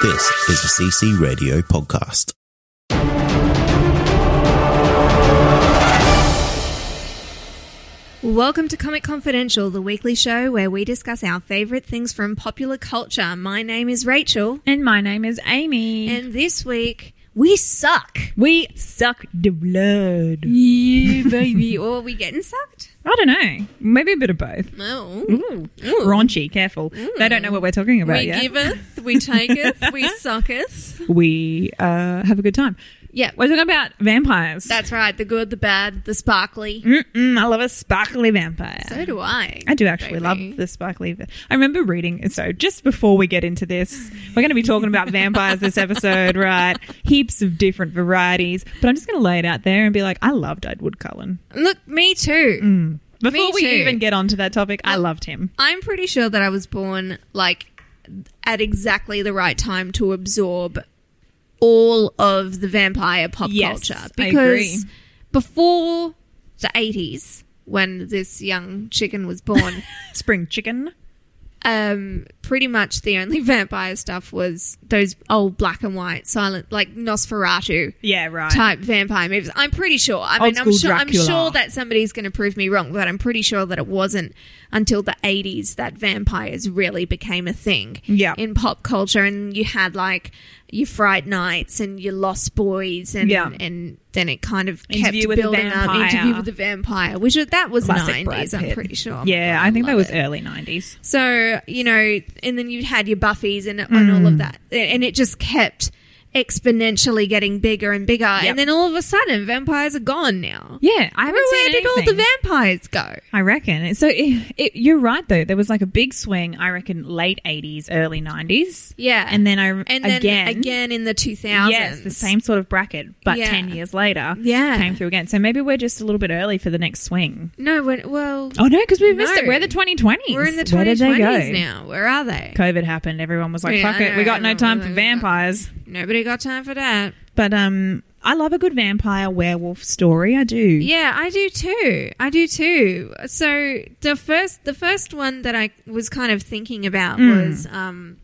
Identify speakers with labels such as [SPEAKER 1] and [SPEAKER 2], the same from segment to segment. [SPEAKER 1] This is the CC Radio podcast.
[SPEAKER 2] Welcome to Comic Confidential, the weekly show where we discuss our favorite things from popular culture. My name is Rachel,
[SPEAKER 3] And my name is Amy.
[SPEAKER 2] and this week we suck.
[SPEAKER 3] we suck the blood.
[SPEAKER 2] You baby, or are we getting sucked?
[SPEAKER 3] I don't know. Maybe a bit of both.
[SPEAKER 2] No.
[SPEAKER 3] Raunchy, careful. They don't know what we're talking about
[SPEAKER 2] we
[SPEAKER 3] yet.
[SPEAKER 2] giveth, we taketh, we sucketh.
[SPEAKER 3] we uh, have a good time.
[SPEAKER 2] Yeah,
[SPEAKER 3] We're talking about vampires.
[SPEAKER 2] that's right. The good, the bad, the sparkly.
[SPEAKER 3] Mm-mm, I love a sparkly vampire.
[SPEAKER 2] So do I.
[SPEAKER 3] Mm. I do actually
[SPEAKER 2] baby.
[SPEAKER 3] love the sparkly. va- I remember reading. So just before we get into this, we're going to be talking about vampires this episode, right? Heaps of different varieties. But I'm just going to lay it out there and be like, I loved Edward Cullen.
[SPEAKER 2] Look, me
[SPEAKER 3] Mm.
[SPEAKER 2] too.
[SPEAKER 3] Before we
[SPEAKER 2] too.
[SPEAKER 3] even get onto that topic, I loved him.
[SPEAKER 2] I'm pretty sure that I was born like at exactly the right time to absorb all of the vampire pop
[SPEAKER 3] Yes,
[SPEAKER 2] culture
[SPEAKER 3] I
[SPEAKER 2] because
[SPEAKER 3] agree.
[SPEAKER 2] before the 80s when this young chicken was born
[SPEAKER 3] Spring Chicken.
[SPEAKER 2] um pretty much the only vampire stuff was those old black and white silent like Nosferatu
[SPEAKER 3] Yeah, right.
[SPEAKER 2] type vampire movies. I'm pretty sure. I mean,
[SPEAKER 3] Old
[SPEAKER 2] I'm
[SPEAKER 3] school
[SPEAKER 2] sure, I'm
[SPEAKER 3] Dracula.
[SPEAKER 2] sure that somebody's going to prove me wrong, but I'm pretty sure that it wasn't until the 80s that vampires really became a thing
[SPEAKER 3] Yeah.
[SPEAKER 2] in pop culture. And you had like your Fright Nights and your Lost Boys, and
[SPEAKER 3] Yeah.
[SPEAKER 2] and then it kind of kept
[SPEAKER 3] Interview with the
[SPEAKER 2] building up.
[SPEAKER 3] Vampire.
[SPEAKER 2] Interview with the Vampire, which that was
[SPEAKER 3] Classic
[SPEAKER 2] 90s,
[SPEAKER 3] Brad
[SPEAKER 2] I'm
[SPEAKER 3] Pitt.
[SPEAKER 2] pretty sure.
[SPEAKER 3] Yeah, I think that
[SPEAKER 2] love
[SPEAKER 3] was
[SPEAKER 2] it.
[SPEAKER 3] early 90s.
[SPEAKER 2] So, you know, and then you had your Buffies and, and
[SPEAKER 3] Hmm.
[SPEAKER 2] all of that. And it just kept exponentially getting bigger and bigger.
[SPEAKER 3] Yep.
[SPEAKER 2] And then all of a sudden, vampires are gone now.
[SPEAKER 3] Yeah, I haven't
[SPEAKER 2] Where,
[SPEAKER 3] seen
[SPEAKER 2] did all
[SPEAKER 3] anything.
[SPEAKER 2] the vampires go?
[SPEAKER 3] I reckon. So it, it, you're right, though. There was like a big swing, I reckon, late 80s, early 90s.
[SPEAKER 2] Yeah.
[SPEAKER 3] And then I
[SPEAKER 2] And then
[SPEAKER 3] again.
[SPEAKER 2] again, in the 2000s.
[SPEAKER 3] Yes, the same sort of bracket, but
[SPEAKER 2] Yeah.
[SPEAKER 3] 10 years later
[SPEAKER 2] Yeah.
[SPEAKER 3] came through again. So maybe we're just a little bit early for the next swing.
[SPEAKER 2] No, when, well,
[SPEAKER 3] Oh, no, because we missed
[SPEAKER 2] No.
[SPEAKER 3] it. We're the 2020s.
[SPEAKER 2] we're in the
[SPEAKER 3] Where did they
[SPEAKER 2] 2020s
[SPEAKER 3] go?
[SPEAKER 2] now. Where are they?
[SPEAKER 3] COVID happened. Everyone was like,
[SPEAKER 2] Yeah,
[SPEAKER 3] fuck
[SPEAKER 2] I
[SPEAKER 3] it. We
[SPEAKER 2] know,
[SPEAKER 3] got
[SPEAKER 2] I
[SPEAKER 3] no
[SPEAKER 2] know.
[SPEAKER 3] time for vampires.
[SPEAKER 2] Nobody got time for that.
[SPEAKER 3] But um, I love a good vampire werewolf story. I do.
[SPEAKER 2] Yeah, I do too. I do too. So the first the first one that I was kind of thinking about
[SPEAKER 3] Mm.
[SPEAKER 2] was um,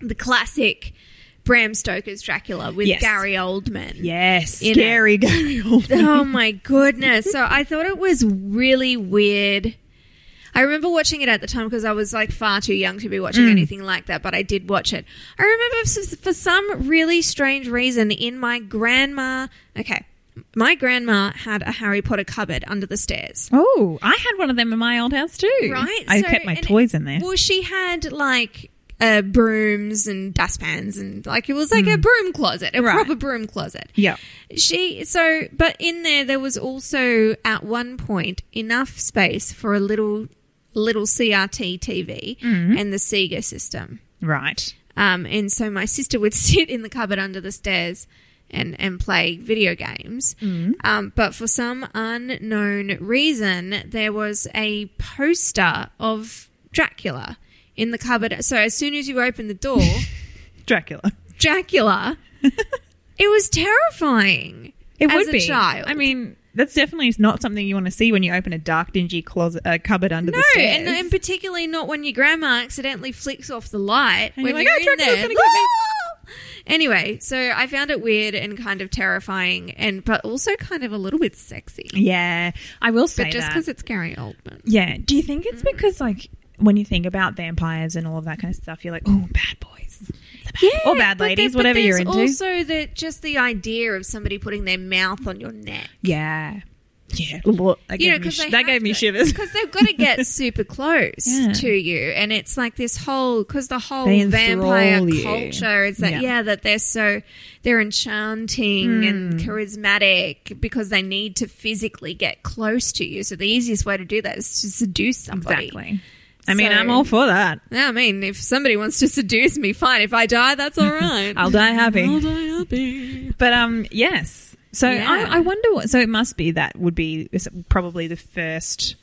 [SPEAKER 2] the classic Bram Stoker's Dracula with
[SPEAKER 3] Yes.
[SPEAKER 2] Gary Oldman.
[SPEAKER 3] Yes.
[SPEAKER 2] In it.
[SPEAKER 3] scary Gary Oldman.
[SPEAKER 2] Oh my goodness. So I thought it was really weird. I remember watching it at the time because I was like far too young to be watching anything like that, but I did watch it. I remember f- for some really strange reason in my grandma. Okay. My grandma had a Harry Potter cupboard under the stairs.
[SPEAKER 3] Oh, I had one of them in my old house too.
[SPEAKER 2] Right?
[SPEAKER 3] I
[SPEAKER 2] So-
[SPEAKER 3] kept my
[SPEAKER 2] and it-
[SPEAKER 3] toys in there.
[SPEAKER 2] Well, she had like uh, brooms and dustpans and like it was like a broom closet, a
[SPEAKER 3] Mm. Right.
[SPEAKER 2] proper broom closet.
[SPEAKER 3] yeah.
[SPEAKER 2] She so but in there there was also at one point enough space for a little little CRT TV
[SPEAKER 3] Mm-hmm.
[SPEAKER 2] and the Sega system.
[SPEAKER 3] Right.
[SPEAKER 2] Um, and so my sister would sit in the cupboard under the stairs and, and play video games.
[SPEAKER 3] Mm-hmm.
[SPEAKER 2] Um, but for some unknown reason, there was a poster of Dracula in the cupboard. So as soon as you opened the door,
[SPEAKER 3] Dracula.
[SPEAKER 2] Dracula. It was terrifying.
[SPEAKER 3] It
[SPEAKER 2] as
[SPEAKER 3] would
[SPEAKER 2] a
[SPEAKER 3] be.
[SPEAKER 2] child.
[SPEAKER 3] I mean, that's definitely not something you want to see when you open a dark, dingy closet uh, cupboard under
[SPEAKER 2] No,
[SPEAKER 3] the stairs.
[SPEAKER 2] and, and particularly not when your grandma accidentally flicks off the light
[SPEAKER 3] And
[SPEAKER 2] when
[SPEAKER 3] you're like,
[SPEAKER 2] you're
[SPEAKER 3] "Oh,
[SPEAKER 2] in
[SPEAKER 3] Dracula's
[SPEAKER 2] there.
[SPEAKER 3] gonna get me."
[SPEAKER 2] Anyway, so I found it weird and kind of terrifying, and but also kind of a little bit sexy.
[SPEAKER 3] yeah, I will say
[SPEAKER 2] but just
[SPEAKER 3] that.
[SPEAKER 2] because it's Mm-hmm. Gary Oldman,
[SPEAKER 3] Yeah. Do you think it's because like when you think about vampires and all of that kind of stuff, you're like, oh, bad boys. It's a bad- or bad
[SPEAKER 2] but
[SPEAKER 3] ladies,
[SPEAKER 2] there-
[SPEAKER 3] whatever
[SPEAKER 2] but
[SPEAKER 3] you're
[SPEAKER 2] there's
[SPEAKER 3] into.
[SPEAKER 2] Also, the just the idea of somebody putting their mouth on your neck.
[SPEAKER 3] yeah. Yeah. Look, that
[SPEAKER 2] you know,
[SPEAKER 3] gave me,
[SPEAKER 2] because
[SPEAKER 3] sh- that gave me shivers.
[SPEAKER 2] Because they've got to get super close
[SPEAKER 3] Yeah.
[SPEAKER 2] to you, and it's like this whole because the whole
[SPEAKER 3] They enthrall
[SPEAKER 2] vampire
[SPEAKER 3] you.
[SPEAKER 2] culture is that yeah.
[SPEAKER 3] Yeah.
[SPEAKER 2] that they're so they're enchanting and
[SPEAKER 3] Hmm.
[SPEAKER 2] charismatic because they need to physically get close to you. So the easiest way to do that is to seduce somebody.
[SPEAKER 3] Exactly. I mean,
[SPEAKER 2] So-
[SPEAKER 3] I'm all for that.
[SPEAKER 2] Yeah, I mean, if somebody wants to seduce me, fine. If I die, that's all right.
[SPEAKER 3] I'll die happy.
[SPEAKER 2] I'll die happy.
[SPEAKER 3] But um, yes. So
[SPEAKER 2] Yeah.
[SPEAKER 3] I, I wonder. What, so it must be that would be is probably the first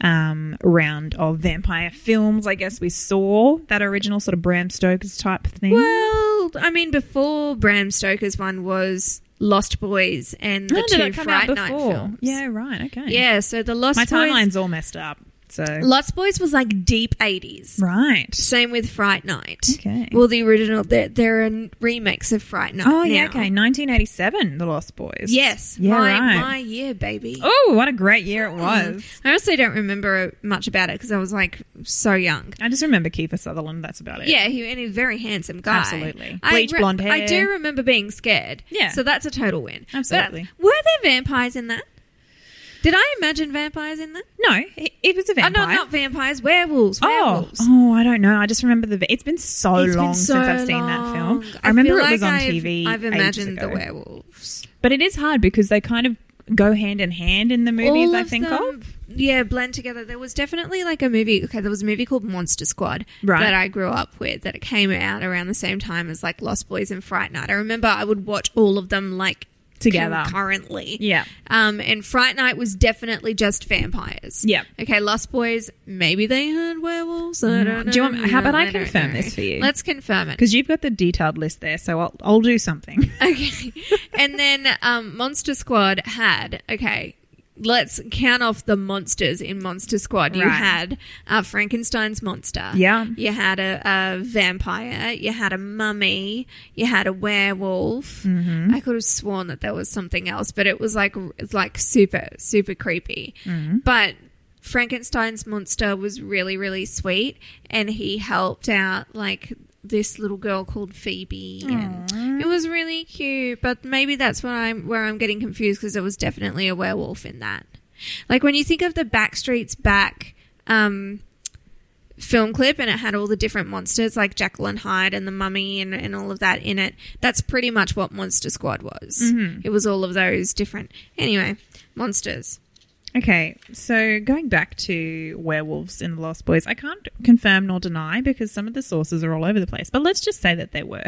[SPEAKER 3] um, round of vampire films. I guess we saw that original sort of Bram Stoker's type thing.
[SPEAKER 2] Well, I mean, before Bram Stoker's one was Lost Boys and the
[SPEAKER 3] Oh,
[SPEAKER 2] two
[SPEAKER 3] did it come out
[SPEAKER 2] Fright Night
[SPEAKER 3] before?
[SPEAKER 2] films.
[SPEAKER 3] Yeah, right. Okay.
[SPEAKER 2] yeah. So the Lost
[SPEAKER 3] my
[SPEAKER 2] Boys,
[SPEAKER 3] timeline's all messed up. So
[SPEAKER 2] Lost Boys was like deep eighties.
[SPEAKER 3] right.
[SPEAKER 2] Same with Fright Night.
[SPEAKER 3] Okay.
[SPEAKER 2] Well, the original there, there are n- remakes of Fright Night.
[SPEAKER 3] Oh
[SPEAKER 2] uh,
[SPEAKER 3] yeah.
[SPEAKER 2] now.
[SPEAKER 3] Okay. 1987, The Lost Boys.
[SPEAKER 2] Yes.
[SPEAKER 3] Yeah.
[SPEAKER 2] my,
[SPEAKER 3] right.
[SPEAKER 2] my Mm. year, baby. Um,
[SPEAKER 3] Oh, what a great year it was.
[SPEAKER 2] I honestly don't remember much about it because I was like so young.
[SPEAKER 3] I just remember Kiefer Sutherland. That's about it.
[SPEAKER 2] Yeah, he, and he's a very handsome guy.
[SPEAKER 3] Absolutely.
[SPEAKER 2] I
[SPEAKER 3] Bleach blonde
[SPEAKER 2] I
[SPEAKER 3] hair.
[SPEAKER 2] do remember being scared.
[SPEAKER 3] Yeah.
[SPEAKER 2] So that's a total win.
[SPEAKER 3] Absolutely.
[SPEAKER 2] But were there vampires in that? Did I imagine vampires in that?
[SPEAKER 3] No, it, it was a
[SPEAKER 2] Oh,
[SPEAKER 3] vampire.
[SPEAKER 2] no, not vampires. Werewolves.
[SPEAKER 3] Oh,
[SPEAKER 2] Werewolves.
[SPEAKER 3] oh, I don't know. I just remember the. vi- It's been so
[SPEAKER 2] It's been
[SPEAKER 3] long
[SPEAKER 2] so
[SPEAKER 3] since I've seen that
[SPEAKER 2] long.
[SPEAKER 3] film. I remember
[SPEAKER 2] feel
[SPEAKER 3] it was
[SPEAKER 2] like
[SPEAKER 3] on
[SPEAKER 2] I've-
[SPEAKER 3] TV.
[SPEAKER 2] I've
[SPEAKER 3] ages
[SPEAKER 2] imagined the
[SPEAKER 3] ago.
[SPEAKER 2] werewolves.
[SPEAKER 3] but it is hard because they kind of go hand in hand in the movies.
[SPEAKER 2] All
[SPEAKER 3] I
[SPEAKER 2] of
[SPEAKER 3] think
[SPEAKER 2] them,
[SPEAKER 3] of.
[SPEAKER 2] Yeah, blend together. There was definitely like a movie. Okay, there was a movie called Monster Squad
[SPEAKER 3] Right.
[SPEAKER 2] that I grew up with that it came out around the same time as like Lost Boys and Fright Night. I remember I would watch all of them like
[SPEAKER 3] Together.
[SPEAKER 2] currently.
[SPEAKER 3] Yeah.
[SPEAKER 2] Um, and Fright Night was definitely just vampires.
[SPEAKER 3] Yeah. Mm,
[SPEAKER 2] Okay, Lost Boys. Maybe they had werewolves. I don't know.
[SPEAKER 3] Do you want- how about I
[SPEAKER 2] don't
[SPEAKER 3] confirm
[SPEAKER 2] know.
[SPEAKER 3] this for you?
[SPEAKER 2] Let's confirm it.
[SPEAKER 3] Because you've got the detailed list there, so I'll I'll do something.
[SPEAKER 2] Okay. and then um, Monster Squad had, okay, let's count off the monsters in Monster Squad. You
[SPEAKER 3] Right.
[SPEAKER 2] had uh, Frankenstein's monster.
[SPEAKER 3] Yeah.
[SPEAKER 2] You had a, a vampire. You had a mummy. You had a werewolf. I could have sworn that there was something else, but it was like, it's like super, super creepy. But. Frankenstein's monster was really, really sweet, and he helped out like this little girl called Phoebe, and it was really cute. But maybe that's where I'm where I'm getting confused because there was definitely a werewolf in that. Like when you think of the Backstreet's Back um, film clip, and it had all the different monsters like Jacqueline Hyde and the Mummy and, and all of that in it. That's pretty much what Monster Squad was.
[SPEAKER 3] Mm-hmm.
[SPEAKER 2] It was all of those different. Anyway, monsters.
[SPEAKER 3] Okay, so going back to werewolves in The Lost Boys, I can't confirm nor deny because some of the sources are all over the place. But let's just say that there were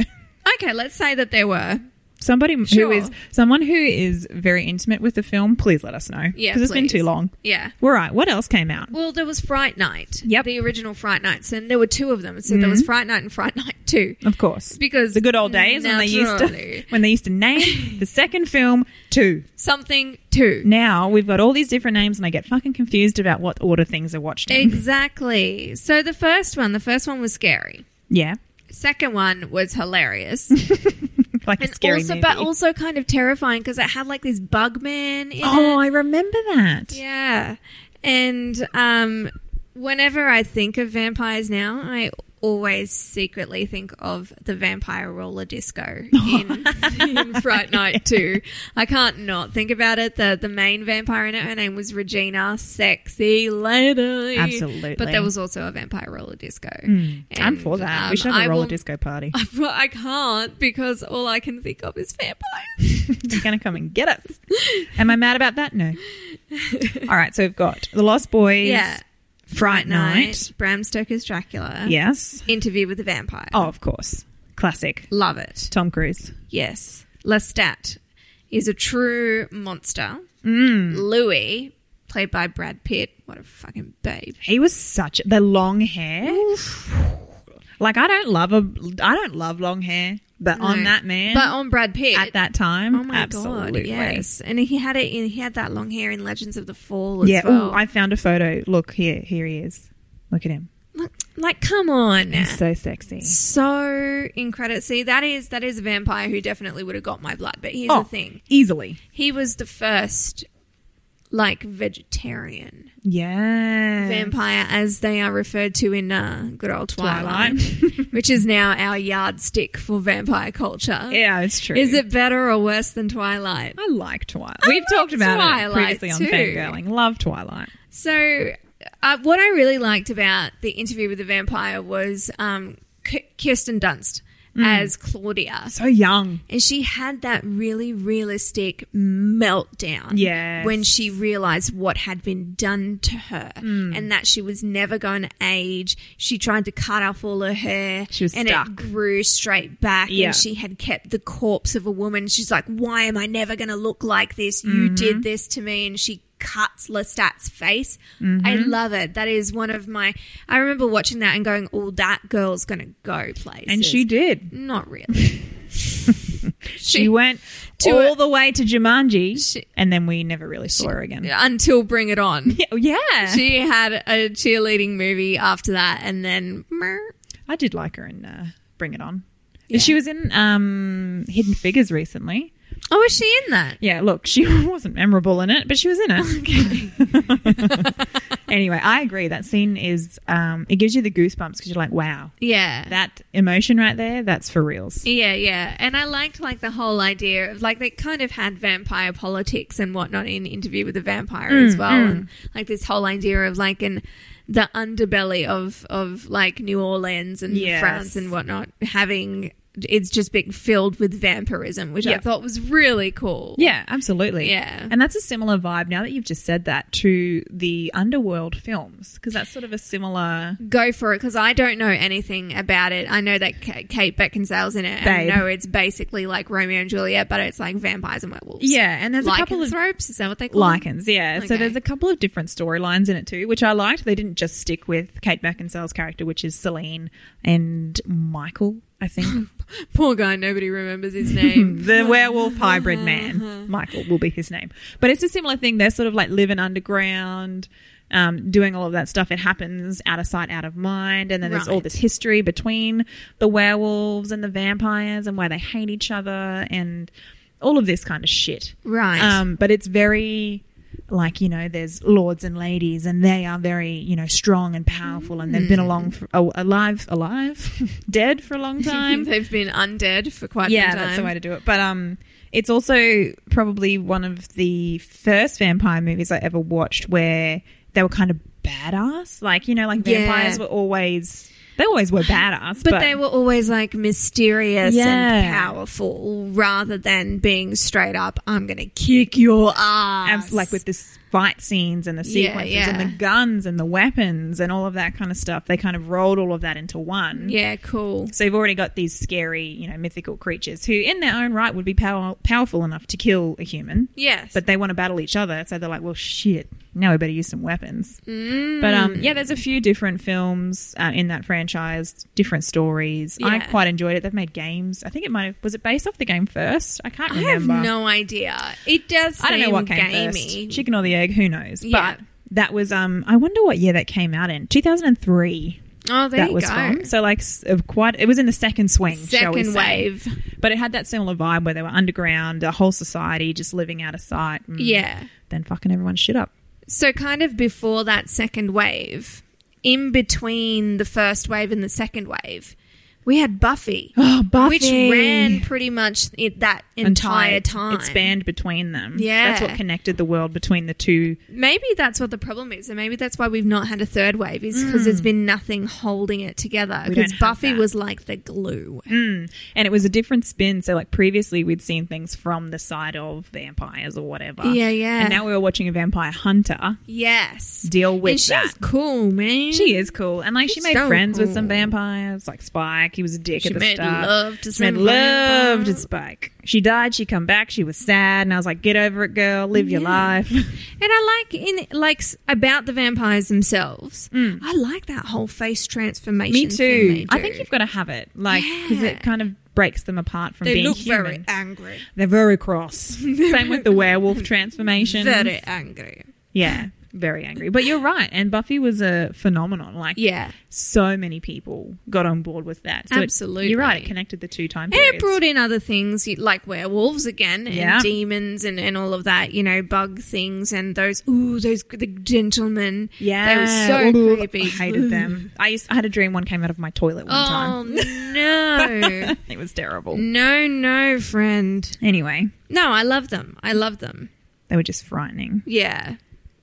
[SPEAKER 2] Okay, let's say that there were.
[SPEAKER 3] somebody
[SPEAKER 2] Sure.
[SPEAKER 3] who is someone who is very intimate with the film. Please let us know
[SPEAKER 2] Yeah,
[SPEAKER 3] because it's been
[SPEAKER 2] please.
[SPEAKER 3] too long.
[SPEAKER 2] Yeah.
[SPEAKER 3] All right, what else came out?
[SPEAKER 2] Well, there was Fright Night.
[SPEAKER 3] Yep.
[SPEAKER 2] The original Fright Nights, and there were two of them. So there was Fright Night and Fright Night Two.
[SPEAKER 3] Of course,
[SPEAKER 2] Because
[SPEAKER 3] the good old days when they used to
[SPEAKER 2] naturally.
[SPEAKER 3] when they used to name the second film two.
[SPEAKER 2] Something Two.
[SPEAKER 3] Now we've got all these different names, and I get fucking confused about what order things are watched in.
[SPEAKER 2] Exactly. So the first one, the first one was scary.
[SPEAKER 3] yeah,
[SPEAKER 2] Second one was hilarious,
[SPEAKER 3] like a
[SPEAKER 2] and
[SPEAKER 3] scary
[SPEAKER 2] also,
[SPEAKER 3] movie.
[SPEAKER 2] but also kind of terrifying because it had like this bug man in
[SPEAKER 3] oh,
[SPEAKER 2] it.
[SPEAKER 3] I remember that.
[SPEAKER 2] Yeah, and um, whenever I think of vampires now, I always secretly think of the vampire roller disco in, in Fright Night Two. I can't not think about it. the The main vampire in it, her name was Regina Sexy Lady.
[SPEAKER 3] Absolutely.
[SPEAKER 2] but there was also a vampire roller disco.
[SPEAKER 3] I'm
[SPEAKER 2] And,
[SPEAKER 3] for that.
[SPEAKER 2] um,
[SPEAKER 3] we should have a
[SPEAKER 2] I
[SPEAKER 3] roller
[SPEAKER 2] will-
[SPEAKER 3] disco party.
[SPEAKER 2] Well, I can't because all I can think of is vampires.
[SPEAKER 3] They're going to come and get us. Am I mad about that? No. All right, so we've got The Lost Boys,
[SPEAKER 2] Yeah.
[SPEAKER 3] Fright Night.
[SPEAKER 2] Bram Stoker's Dracula.
[SPEAKER 3] Yes.
[SPEAKER 2] Interview with the Vampire.
[SPEAKER 3] Oh, of course. Classic.
[SPEAKER 2] Love it.
[SPEAKER 3] Tom Cruise.
[SPEAKER 2] Yes. Lestat is a true monster. Mm. Louis, played by Brad Pitt. What a fucking babe.
[SPEAKER 3] He was such the long hair. Like I don't love a I don't love long hair, but on
[SPEAKER 2] No.
[SPEAKER 3] that man
[SPEAKER 2] But on Brad Pitt.
[SPEAKER 3] at that time,
[SPEAKER 2] Oh my
[SPEAKER 3] absolutely.
[SPEAKER 2] god! Yes, and he had it. In, he had that long hair in Legends of the Fall as
[SPEAKER 3] Yeah.
[SPEAKER 2] well.
[SPEAKER 3] Ooh, I found a photo. Look here, here he is. Look at him.
[SPEAKER 2] Look, like, come on,
[SPEAKER 3] He's so sexy.
[SPEAKER 2] so incredible. See, that is that is a vampire who definitely would have got my blood. But here's
[SPEAKER 3] Oh,
[SPEAKER 2] the thing:
[SPEAKER 3] easily.
[SPEAKER 2] he was the first like vegetarian
[SPEAKER 3] Yeah.
[SPEAKER 2] vampire, as they are referred to in uh, good old Twilight, which is now our yardstick for vampire culture.
[SPEAKER 3] Yeah, it's true.
[SPEAKER 2] Is it better or worse than Twilight?
[SPEAKER 3] I like Twilight.
[SPEAKER 2] I
[SPEAKER 3] We've
[SPEAKER 2] like
[SPEAKER 3] talked about
[SPEAKER 2] Twilight
[SPEAKER 3] it previously on
[SPEAKER 2] too.
[SPEAKER 3] Fangirling. Love Twilight.
[SPEAKER 2] So, uh, what I really liked about the interview with the vampire was um, K- Kirsten Dunst
[SPEAKER 3] Mm.
[SPEAKER 2] as Claudia.
[SPEAKER 3] So young.
[SPEAKER 2] And she had that really realistic meltdown.
[SPEAKER 3] Yes.
[SPEAKER 2] When she realized what had been done to her
[SPEAKER 3] Mm.
[SPEAKER 2] and that she was never going to age. She tried to cut off all her hair.
[SPEAKER 3] She was
[SPEAKER 2] And
[SPEAKER 3] stuck.
[SPEAKER 2] it grew straight back.
[SPEAKER 3] Yeah.
[SPEAKER 2] And she had kept the corpse of a woman. She's like, why am I never going to look like this? You
[SPEAKER 3] Mm-hmm.
[SPEAKER 2] did this to me. And she cuts Lestat's face. I
[SPEAKER 3] Mm-hmm.
[SPEAKER 2] love it. That is one of my. I remember watching that and going, oh, that girl's going to go places.
[SPEAKER 3] And she did.
[SPEAKER 2] Not really.
[SPEAKER 3] She went
[SPEAKER 2] to
[SPEAKER 3] all
[SPEAKER 2] a-
[SPEAKER 3] the way to Jumanji,
[SPEAKER 2] She-
[SPEAKER 3] and then we never really saw her again.
[SPEAKER 2] until Bring It On.
[SPEAKER 3] Yeah.
[SPEAKER 2] She had a cheerleading movie after that, and then
[SPEAKER 3] I did like her in uh, Bring It On. She was in um, Hidden Figures recently.
[SPEAKER 2] oh, was she in that?
[SPEAKER 3] Yeah, look, she wasn't memorable in it, but she was in it. anyway, I agree. That scene is, um, it gives you the goosebumps because you're like, wow,
[SPEAKER 2] Yeah,
[SPEAKER 3] that emotion right there, that's for reals.
[SPEAKER 2] yeah, yeah. And I liked like the whole idea of like they kind of had vampire politics and whatnot in Interview with a Vampire as well, and like this whole idea of like an the underbelly of of like New Orleans and
[SPEAKER 3] Yes.
[SPEAKER 2] France and whatnot having it's just being filled with vampirism, which I
[SPEAKER 3] Yeah.
[SPEAKER 2] thought was really cool.
[SPEAKER 3] Yeah, absolutely.
[SPEAKER 2] Yeah.
[SPEAKER 3] And that's a similar vibe now that you've just said that to the Underworld films because that's sort of a similar.
[SPEAKER 2] go for it because I don't know anything about it. I know that K- Kate Beckinsale's in it. And
[SPEAKER 3] Babe.
[SPEAKER 2] I know it's basically like Romeo and Juliet, but it's like vampires and werewolves.
[SPEAKER 3] Yeah, and there's a
[SPEAKER 2] lycanthropes,
[SPEAKER 3] couple of-
[SPEAKER 2] Is that what they call them?
[SPEAKER 3] Lycans, yeah. So
[SPEAKER 2] Okay.
[SPEAKER 3] there's a couple of different storylines in it too, which I liked. They didn't just stick with Kate Beckinsale's character, which is Celine and Michael, I think.
[SPEAKER 2] Poor guy, nobody remembers his name.
[SPEAKER 3] the werewolf hybrid man. Michael will be his name. But it's a similar thing. They're sort of like living underground, um, doing all of that stuff. It happens out of sight, out of mind. And then there's all
[SPEAKER 2] Right.
[SPEAKER 3] this history between the werewolves and the vampires and why they hate each other and all of this kind of shit.
[SPEAKER 2] Right.
[SPEAKER 3] Um, but it's very. Like, you know, there's lords and ladies, and they are very, you know, strong and powerful, and
[SPEAKER 2] Hmm.
[SPEAKER 3] they've been along for, oh, alive, alive, dead for a long time
[SPEAKER 2] They've been undead for quite
[SPEAKER 3] yeah,
[SPEAKER 2] a long time.
[SPEAKER 3] that's the way to do it. But um, it's also probably one of the first vampire movies I ever watched where they were kind of badass. Like you know, like
[SPEAKER 2] Yeah.
[SPEAKER 3] vampires were always they always were badass,
[SPEAKER 2] but, they were always like mysterious and
[SPEAKER 3] Yeah.
[SPEAKER 2] powerful rather than being straight up, I'm going to kick your ass.
[SPEAKER 3] abs- like with the s- fight scenes and the
[SPEAKER 2] Yeah,
[SPEAKER 3] sequences
[SPEAKER 2] yeah.
[SPEAKER 3] and the guns and the weapons and all of that kind of stuff. They kind of rolled all of that into one.
[SPEAKER 2] Yeah, cool.
[SPEAKER 3] So you've already got these scary, you know, mythical creatures who, in their own right, would be power- powerful enough to kill a human.
[SPEAKER 2] Yes.
[SPEAKER 3] but they want to battle each other, so they're like, "Well, shit, now we better use some weapons." But um, yeah, there's a few different films uh, in that franchise, different stories. I
[SPEAKER 2] Yeah.
[SPEAKER 3] quite enjoyed it. They've made games. I think it might have was it based off the game first. I can't
[SPEAKER 2] I
[SPEAKER 3] remember.
[SPEAKER 2] have no idea. It does seem
[SPEAKER 3] I don't know what came
[SPEAKER 2] gamey.
[SPEAKER 3] first, chicken or the egg? Who knows?
[SPEAKER 2] Yeah.
[SPEAKER 3] But that was um, I wonder what year that came out in 2003.
[SPEAKER 2] Oh, there
[SPEAKER 3] that
[SPEAKER 2] you
[SPEAKER 3] was
[SPEAKER 2] go.
[SPEAKER 3] from. So like s- of quite, it was in the second swing, shall we
[SPEAKER 2] Second
[SPEAKER 3] say.
[SPEAKER 2] wave.
[SPEAKER 3] But it had that similar vibe where they were underground, a whole society just living out of sight. and
[SPEAKER 2] Yeah.
[SPEAKER 3] Then fucking everyone shit up.
[SPEAKER 2] So, kind of before that second wave, in between the first wave and the second wave, we had Buffy,
[SPEAKER 3] Oh, Buffy.
[SPEAKER 2] which ran pretty much it, that entire time.
[SPEAKER 3] It spanned between them.
[SPEAKER 2] Yeah.
[SPEAKER 3] That's what connected the world between the two.
[SPEAKER 2] Maybe that's what the problem is, and maybe that's why we've not had a third wave, is because there's been nothing holding it together.
[SPEAKER 3] Mm. We don't
[SPEAKER 2] Because
[SPEAKER 3] have
[SPEAKER 2] Buffy
[SPEAKER 3] that. Mm.
[SPEAKER 2] was like the glue.
[SPEAKER 3] And it was a different spin. So, like, previously we'd seen things from the side of vampires or whatever.
[SPEAKER 2] Yeah, yeah.
[SPEAKER 3] And now we were watching a vampire hunter.
[SPEAKER 2] Yes,
[SPEAKER 3] Deal with
[SPEAKER 2] and she's
[SPEAKER 3] that.
[SPEAKER 2] cool, man.
[SPEAKER 3] She is cool. And, like, she
[SPEAKER 2] She's
[SPEAKER 3] made
[SPEAKER 2] so
[SPEAKER 3] friends with
[SPEAKER 2] cool.
[SPEAKER 3] some vampires, like Spike. He was a dick
[SPEAKER 2] She
[SPEAKER 3] at the
[SPEAKER 2] made
[SPEAKER 3] start.
[SPEAKER 2] love to
[SPEAKER 3] She made
[SPEAKER 2] some
[SPEAKER 3] love to
[SPEAKER 2] vampires.
[SPEAKER 3] Spike. She died. She come back. She was sad. And I was like, get over it, girl. Live your life.
[SPEAKER 2] And I like in like s- about the vampires themselves. I like that whole face transformation.
[SPEAKER 3] Mm. Me
[SPEAKER 2] thing they
[SPEAKER 3] too. I think
[SPEAKER 2] do.
[SPEAKER 3] you've got to have it, like, because
[SPEAKER 2] Yeah.
[SPEAKER 3] it kind of breaks them apart from
[SPEAKER 2] They
[SPEAKER 3] being
[SPEAKER 2] look
[SPEAKER 3] human.
[SPEAKER 2] very angry.
[SPEAKER 3] They're very cross. Same with the werewolf transformation.
[SPEAKER 2] Very angry.
[SPEAKER 3] Yeah, very angry. But you're right. And Buffy was a phenomenon. Like,
[SPEAKER 2] Yeah.
[SPEAKER 3] so many people got on board with that. So it-
[SPEAKER 2] Absolutely.
[SPEAKER 3] you're right. It connected the two time
[SPEAKER 2] And
[SPEAKER 3] periods.
[SPEAKER 2] it brought in other things you- like werewolves again, and
[SPEAKER 3] Yeah.
[SPEAKER 2] demons, and, and all of that. You know, bug things, and those ooh, those the gentlemen.
[SPEAKER 3] yeah,
[SPEAKER 2] they were so
[SPEAKER 3] Ooh,
[SPEAKER 2] creepy.
[SPEAKER 3] I hated them. I used. I had a dream one came out of my toilet one
[SPEAKER 2] Oh
[SPEAKER 3] time.
[SPEAKER 2] no,
[SPEAKER 3] It was terrible.
[SPEAKER 2] no, no, friend.
[SPEAKER 3] Anyway,
[SPEAKER 2] No, I love them. I love them.
[SPEAKER 3] they were just frightening.
[SPEAKER 2] Yeah.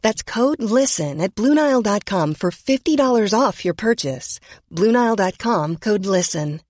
[SPEAKER 4] That's code LISTEN at Bluenile.com for $50 off your purchase. Bluenile.com code LISTEN.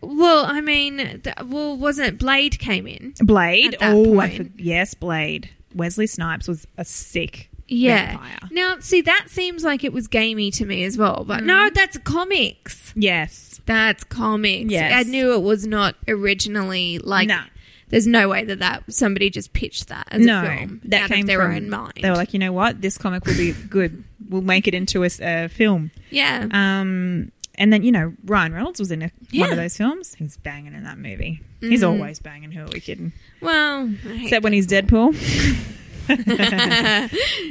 [SPEAKER 2] Well, I mean, th- well, wasn't Blade came in?
[SPEAKER 3] Blade.
[SPEAKER 2] At that
[SPEAKER 3] Oh, I
[SPEAKER 2] point.
[SPEAKER 3] for- yes, Blade. Wesley Snipes was a sick
[SPEAKER 2] Yeah.
[SPEAKER 3] vampire.
[SPEAKER 2] Now, see, that seems like it was gamey to me as well, but no,
[SPEAKER 3] Mm-hmm.
[SPEAKER 2] that's comics.
[SPEAKER 3] Yes.
[SPEAKER 2] That's comics.
[SPEAKER 3] Yes.
[SPEAKER 2] I knew it was not originally like.
[SPEAKER 3] No.
[SPEAKER 2] There's no way that that somebody just pitched that as
[SPEAKER 3] no,
[SPEAKER 2] a film
[SPEAKER 3] that
[SPEAKER 2] out
[SPEAKER 3] came
[SPEAKER 2] of their
[SPEAKER 3] from,
[SPEAKER 2] own mind.
[SPEAKER 3] They were like, you know what, this comic will be good. We'll make it into a, s- a film.
[SPEAKER 2] yeah,
[SPEAKER 3] Um, and then you know Ryan Reynolds was in a, one
[SPEAKER 2] Yeah. Mm-hmm.
[SPEAKER 3] of those films. He's banging in that movie. He's always banging. Who are we kidding?
[SPEAKER 2] well, I hate
[SPEAKER 3] Except when he's Deadpool.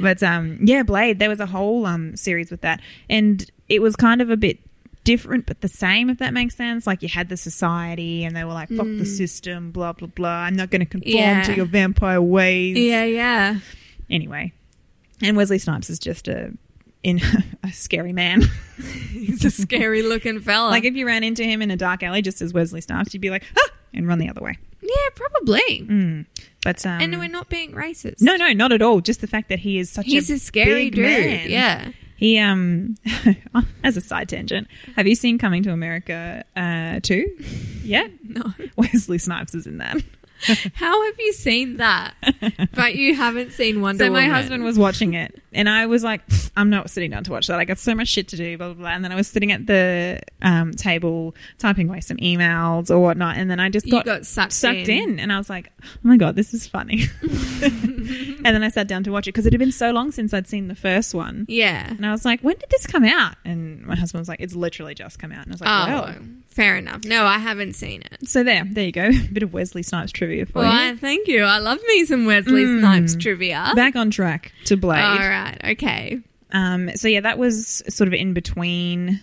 [SPEAKER 3] but um, yeah, Blade. There was a whole um series with that, and it was kind of a bit different, but the same. If that makes sense, like you had the society, and they were like, "Fuck the system," blah blah blah. I'm not going to conform
[SPEAKER 2] Mm. Yeah.
[SPEAKER 3] to your vampire ways.
[SPEAKER 2] yeah, yeah.
[SPEAKER 3] Anyway, and Wesley Snipes is just a in a scary man.
[SPEAKER 2] He's a scary looking fella.
[SPEAKER 3] like if you ran into him in a dark alley, just as Wesley Snipes, you'd be like, ah, and run the other way.
[SPEAKER 2] yeah, probably.
[SPEAKER 3] But um,
[SPEAKER 2] and we're not being racist.
[SPEAKER 3] no, no, not at all. Just the fact that he is such
[SPEAKER 2] he's a scary
[SPEAKER 3] big
[SPEAKER 2] dude.
[SPEAKER 3] man.
[SPEAKER 2] Yeah.
[SPEAKER 3] He um, as a side tangent, have you seen Coming to America uh two? Yeah, no. Wesley Snipes is in that.
[SPEAKER 2] How have you seen that? but you haven't seen Wonder
[SPEAKER 3] So my
[SPEAKER 2] Woman.
[SPEAKER 3] husband was watching it, and I was like, "Pfft, I'm not sitting down to watch that. I got so much shit to do, blah blah blah. And then I was sitting at the um, table typing away some emails or whatnot, and then I just
[SPEAKER 2] You
[SPEAKER 3] got,
[SPEAKER 2] got sucked in.
[SPEAKER 3] in. and I was like, Oh my god, this is funny. and then I sat down to watch it because it had been so long since I'd seen the first one.
[SPEAKER 2] Yeah.
[SPEAKER 3] And I was like, when did this come out? And my husband was like, it's literally just come out. And I was like,
[SPEAKER 2] Oh,
[SPEAKER 3] well.
[SPEAKER 2] fair enough. No, I haven't seen it.
[SPEAKER 3] So there, there you go. A bit of Wesley Snipes trivia for
[SPEAKER 2] Well,
[SPEAKER 3] you.
[SPEAKER 2] I thank you. I love me some Wesley Snipes trivia.
[SPEAKER 3] Back on track to Blade.
[SPEAKER 2] All right. Okay.
[SPEAKER 3] Um, so yeah, that was sort of in between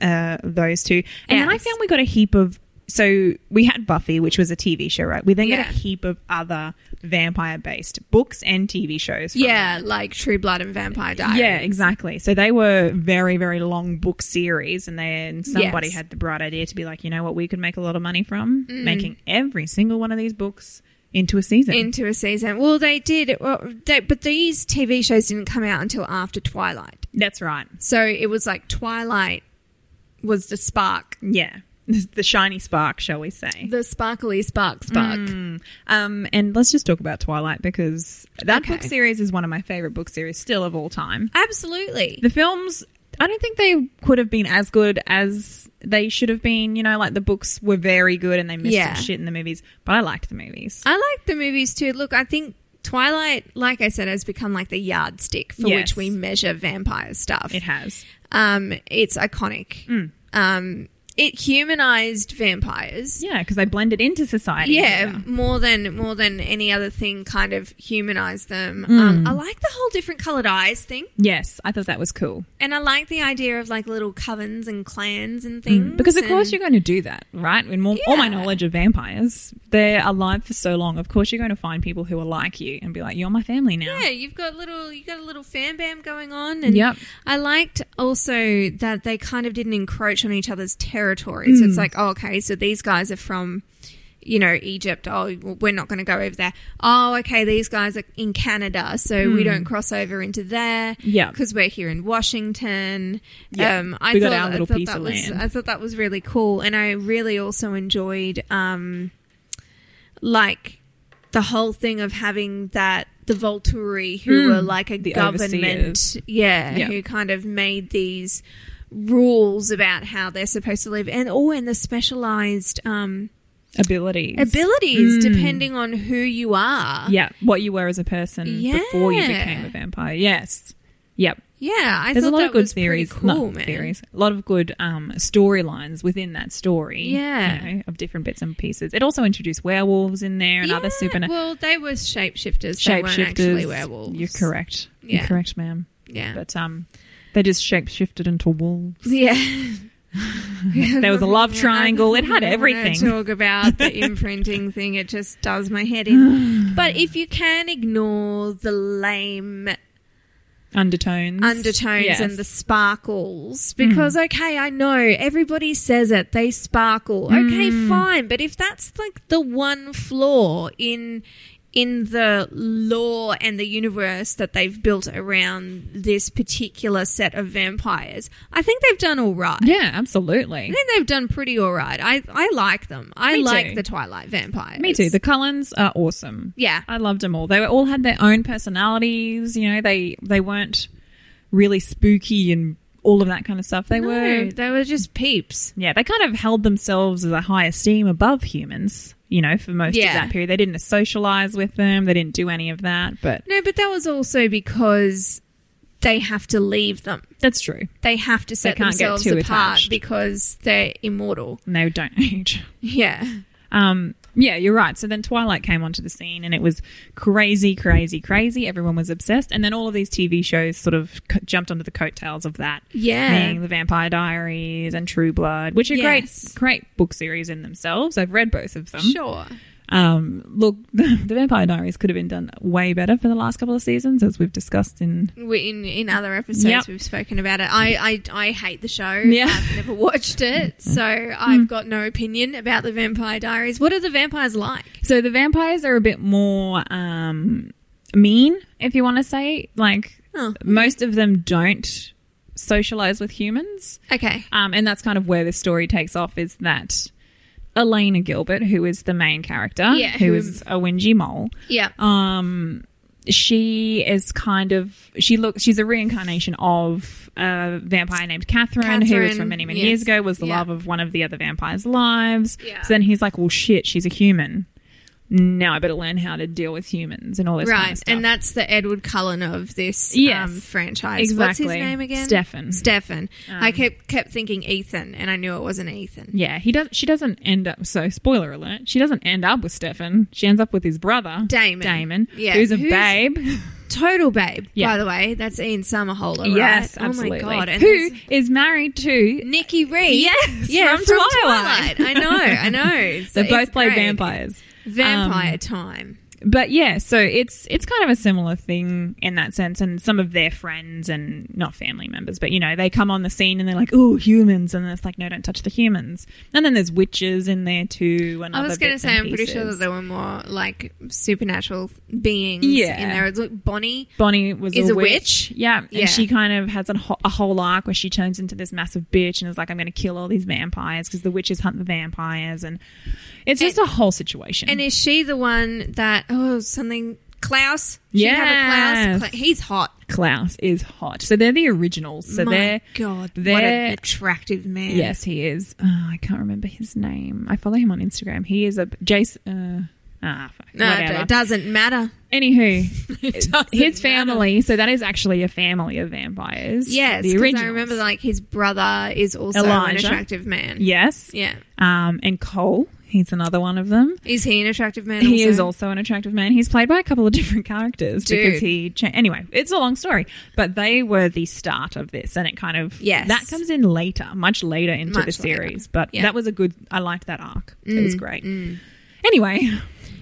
[SPEAKER 3] uh, those two, and then I
[SPEAKER 2] Yes.
[SPEAKER 3] found we got a heap of. So we had Buffy, which was a TV show, right? We then got
[SPEAKER 2] Yeah.
[SPEAKER 3] a heap of other vampire-based books and TV shows. from
[SPEAKER 2] Yeah, like True Blood and Vampire Diaries.
[SPEAKER 3] yeah, exactly. So they were very, very long book series, and then somebody
[SPEAKER 2] Yes. Mm.
[SPEAKER 3] had the bright idea to be like, you know what, we could make a lot of money from making every single one of these books into a season.
[SPEAKER 2] Into a season. Well, they did. Well, they, but these TV shows didn't come out until after Twilight.
[SPEAKER 3] That's right.
[SPEAKER 2] So it was like Twilight was the spark,
[SPEAKER 3] Yeah, the shiny spark, shall we say?
[SPEAKER 2] the sparkly spark spark.
[SPEAKER 3] Um, and let's just talk about Twilight because that
[SPEAKER 2] Okay.
[SPEAKER 3] book series is one of my favorite book series still of all time.
[SPEAKER 2] Absolutely.
[SPEAKER 3] The films, I don't think they could have been as good as they should have been. You know, like the books were very good and they missed
[SPEAKER 2] Yeah.
[SPEAKER 3] some shit in the movies, but I liked the movies.
[SPEAKER 2] I like the movies too. Look, I think Twilight, like I said, has become like the yardstick for
[SPEAKER 3] Yes.
[SPEAKER 2] which we measure vampire stuff.
[SPEAKER 3] It has. Mm.
[SPEAKER 2] Um, it's iconic. Um, it humanized vampires.
[SPEAKER 3] Yeah, because they blended into society.
[SPEAKER 2] Yeah, more than more than any other thing, kind of humanized them.
[SPEAKER 3] Mm.
[SPEAKER 2] Um, I like the whole different colored eyes thing,
[SPEAKER 3] Yes, I thought that was cool.
[SPEAKER 2] and I like the idea of like little covens and clans and things.
[SPEAKER 3] Mm. Because of course
[SPEAKER 2] and-
[SPEAKER 3] you're going to do that, right? In more, all my knowledge of vampires, they're alive for so long. Of course you're going to find people who are like you and be like, "You're my family now."
[SPEAKER 2] Yeah, you've got little you got a little fan bam going on and
[SPEAKER 3] Yep.
[SPEAKER 2] I liked also that they kind of didn't encroach on each other's territories.
[SPEAKER 3] Mm.
[SPEAKER 2] It's like, oh, okay, so these guys are from you know, Egypt, oh, we're not going to go over there. Oh, okay, these guys are in Canada, so we don't cross over into there.
[SPEAKER 3] Mm. Yeah.
[SPEAKER 2] Because we're here in Washington.
[SPEAKER 3] Yeah.
[SPEAKER 2] Um, I
[SPEAKER 3] We
[SPEAKER 2] thought,
[SPEAKER 3] got our little
[SPEAKER 2] I thought
[SPEAKER 3] piece
[SPEAKER 2] that
[SPEAKER 3] of
[SPEAKER 2] was,
[SPEAKER 3] land.
[SPEAKER 2] I thought that was really cool. And I really also enjoyed, um, like, the whole thing of having that the Volturi who were like a government,
[SPEAKER 3] Hmm. overseers.
[SPEAKER 2] yeah,
[SPEAKER 3] Yeah.
[SPEAKER 2] who kind of made these rules about how they're supposed to live, and oh, and the specialized um,
[SPEAKER 3] Abilities.
[SPEAKER 2] abilities depending on who you are.
[SPEAKER 3] Hmm. Yeah, what you were as a person
[SPEAKER 2] Yeah.
[SPEAKER 3] before you became a vampire. Yes. Yep.
[SPEAKER 2] Yeah, I
[SPEAKER 3] There's
[SPEAKER 2] thought
[SPEAKER 3] a lot
[SPEAKER 2] that
[SPEAKER 3] of good
[SPEAKER 2] was pretty
[SPEAKER 3] theories, not
[SPEAKER 2] cool, man.
[SPEAKER 3] theories, a lot of good um, storylines within that story.
[SPEAKER 2] Yeah.
[SPEAKER 3] you know, of different bits and pieces. It also introduced werewolves in there and other
[SPEAKER 2] Yeah,
[SPEAKER 3] supernatural
[SPEAKER 2] well, they were shapeshifters. They weren't actually
[SPEAKER 3] shapeshifters.
[SPEAKER 2] werewolves.
[SPEAKER 3] You're correct.
[SPEAKER 2] Yeah.
[SPEAKER 3] You're correct, ma'am.
[SPEAKER 2] Yeah.
[SPEAKER 3] But um, they just shapeshifted into wolves.
[SPEAKER 2] yeah.
[SPEAKER 3] There was a love triangle. It had everything.
[SPEAKER 2] Talk about the imprinting thing. It just does my head in. But if you can ignore the lame
[SPEAKER 3] Undertones.
[SPEAKER 2] undertones
[SPEAKER 3] Yes. Mm.
[SPEAKER 2] and the sparkles, because okay, I know everybody says it. They sparkle.
[SPEAKER 3] Mm.
[SPEAKER 2] Okay, fine. But if that's like the one flaw in in the law and the universe that they've built around this particular set of vampires, I think they've done all right.
[SPEAKER 3] Yeah, absolutely.
[SPEAKER 2] I think they've done pretty all right. I, I like them. I
[SPEAKER 3] Me
[SPEAKER 2] like
[SPEAKER 3] too.
[SPEAKER 2] the Twilight vampires.
[SPEAKER 3] Me too. The Cullens are awesome.
[SPEAKER 2] Yeah.
[SPEAKER 3] I loved them all. They were, all had their own personalities. You know, they they weren't really spooky and all of that kind of stuff. They
[SPEAKER 2] No,
[SPEAKER 3] were.
[SPEAKER 2] they were just peeps.
[SPEAKER 3] Yeah, they kind of held themselves as a high esteem above humans. You know, for most
[SPEAKER 2] Yeah.
[SPEAKER 3] of that period, they didn't socialize with them. They didn't do any of that. But
[SPEAKER 2] No, but that was also because they have to leave them.
[SPEAKER 3] that's true.
[SPEAKER 2] They have to set
[SPEAKER 3] can't get
[SPEAKER 2] themselves
[SPEAKER 3] too
[SPEAKER 2] apart
[SPEAKER 3] attached.
[SPEAKER 2] because they're immortal.
[SPEAKER 3] And they don't age.
[SPEAKER 2] Yeah.
[SPEAKER 3] Um, yeah, you're right. So then Twilight came onto the scene and it was crazy, crazy, crazy. Everyone was obsessed. And then all of these TV shows sort of c- jumped onto the coattails of that.
[SPEAKER 2] Yeah.
[SPEAKER 3] Being The Vampire Diaries and True Blood, which are
[SPEAKER 2] Yes.
[SPEAKER 3] great, great book series in themselves. I've read both of them.
[SPEAKER 2] Sure.
[SPEAKER 3] Um, look, The Vampire Diaries could have been done way better for the last couple of seasons, as we've discussed in.
[SPEAKER 2] We, in in other episodes,
[SPEAKER 3] Yep.
[SPEAKER 2] we've spoken about it. I, I, I hate the show.
[SPEAKER 3] Yeah. Mm.
[SPEAKER 2] I've never watched it, so I've got no opinion about the Vampire Diaries. What are the vampires like?
[SPEAKER 3] So the vampires are a bit more um, mean, if you want to say. Like,
[SPEAKER 2] Oh.
[SPEAKER 3] most of them don't socialize with humans.
[SPEAKER 2] Okay.
[SPEAKER 3] Um, and that's kind of where the story takes off is that Elena Gilbert, who is the main character,
[SPEAKER 2] Yeah,
[SPEAKER 3] who
[SPEAKER 2] who-
[SPEAKER 3] is a whingy mole,
[SPEAKER 2] Yeah.
[SPEAKER 3] um, she is kind of she looks she's a reincarnation of a vampire named Catherine, who was
[SPEAKER 2] Catherine,
[SPEAKER 3] from many many
[SPEAKER 2] yes.
[SPEAKER 3] years ago was the
[SPEAKER 2] Yeah.
[SPEAKER 3] love of one of the other vampires' lives.
[SPEAKER 2] Yeah.
[SPEAKER 3] So then he's like, well, shit, she's a human. Now I better learn how to deal with humans and all this kind
[SPEAKER 2] right
[SPEAKER 3] of stuff.
[SPEAKER 2] and that's the edward cullen of this
[SPEAKER 3] Yes.
[SPEAKER 2] um, franchise what's his
[SPEAKER 3] Exactly.
[SPEAKER 2] name again
[SPEAKER 3] Stefan. Um,
[SPEAKER 2] stefan i kept kept thinking ethan and i knew it wasn't ethan
[SPEAKER 3] yeah, he does. She doesn't end up. So, spoiler alert: she doesn't end up with Stefan. She ends up with his brother
[SPEAKER 2] Damon.
[SPEAKER 3] Damon,
[SPEAKER 2] Yeah,
[SPEAKER 3] who's a
[SPEAKER 2] who's-
[SPEAKER 3] babe.
[SPEAKER 2] total babe
[SPEAKER 3] Yeah.
[SPEAKER 2] by the way that's ian somerhalder right?
[SPEAKER 3] Yes, absolutely.
[SPEAKER 2] oh my god and
[SPEAKER 3] who
[SPEAKER 2] there's
[SPEAKER 3] is married to
[SPEAKER 2] nikki reed
[SPEAKER 3] Yes,
[SPEAKER 2] yeah
[SPEAKER 3] from
[SPEAKER 2] from,
[SPEAKER 3] Twilight.
[SPEAKER 2] twilight. i know i know It's-
[SPEAKER 3] They
[SPEAKER 2] it's
[SPEAKER 3] both play um,
[SPEAKER 2] great.
[SPEAKER 3] vampires.
[SPEAKER 2] vampire time
[SPEAKER 3] But yeah, so it's it's kind of a similar thing in that sense, and some of their friends and not family members, but you know they come on the scene and they're like, "Oh, humans," and it's like, "No, don't touch the humans." And then there's witches in there too. And
[SPEAKER 2] I was going to
[SPEAKER 3] going
[SPEAKER 2] say, I'm pretty sure that there were more like supernatural beings
[SPEAKER 3] Yeah.
[SPEAKER 2] in there. Look, Bonnie,
[SPEAKER 3] Bonnie was
[SPEAKER 2] Is
[SPEAKER 3] a,
[SPEAKER 2] a
[SPEAKER 3] witch.
[SPEAKER 2] witch.
[SPEAKER 3] yeah, and
[SPEAKER 2] Yeah.
[SPEAKER 3] she kind of has a, ho- a whole arc where she turns into this massive bitch and is like, "I'm going to kill all these vampires because the witches hunt the vampires," and it's just a whole situation.
[SPEAKER 2] And is she the one that oh something Klaus? She had a
[SPEAKER 3] Yes.
[SPEAKER 2] Klaus. Kla- he's hot.
[SPEAKER 3] Klaus is hot. So they're the originals. So
[SPEAKER 2] My
[SPEAKER 3] they're
[SPEAKER 2] God, what
[SPEAKER 3] they're
[SPEAKER 2] an attractive man.
[SPEAKER 3] yes, he is. Oh, I can't remember his name. I follow him on Instagram. He is a Jason. Uh, ah, fuck,
[SPEAKER 2] no,
[SPEAKER 3] whatever.
[SPEAKER 2] it doesn't matter.
[SPEAKER 3] Anywho,
[SPEAKER 2] doesn't
[SPEAKER 3] his family. So that is actually a family of vampires.
[SPEAKER 2] Yes,
[SPEAKER 3] the
[SPEAKER 2] because I
[SPEAKER 3] original.
[SPEAKER 2] remember like his brother is also an
[SPEAKER 3] Elijah.
[SPEAKER 2] attractive man.
[SPEAKER 3] Yes.
[SPEAKER 2] yeah.
[SPEAKER 3] Um, and Cole. He's another one of them.
[SPEAKER 2] Is he an attractive man?
[SPEAKER 3] He is
[SPEAKER 2] also?
[SPEAKER 3] also an attractive man. He's played by a couple of different characters because
[SPEAKER 2] Dude.
[SPEAKER 3] he. Cha- anyway, it's a long story, but they were the start of this, and it kind of
[SPEAKER 2] Yes.
[SPEAKER 3] that comes in later, much later into
[SPEAKER 2] Much
[SPEAKER 3] the
[SPEAKER 2] later.
[SPEAKER 3] series. But
[SPEAKER 2] Yeah. Mm,
[SPEAKER 3] that was a good. I liked that arc. it was great. Anyway,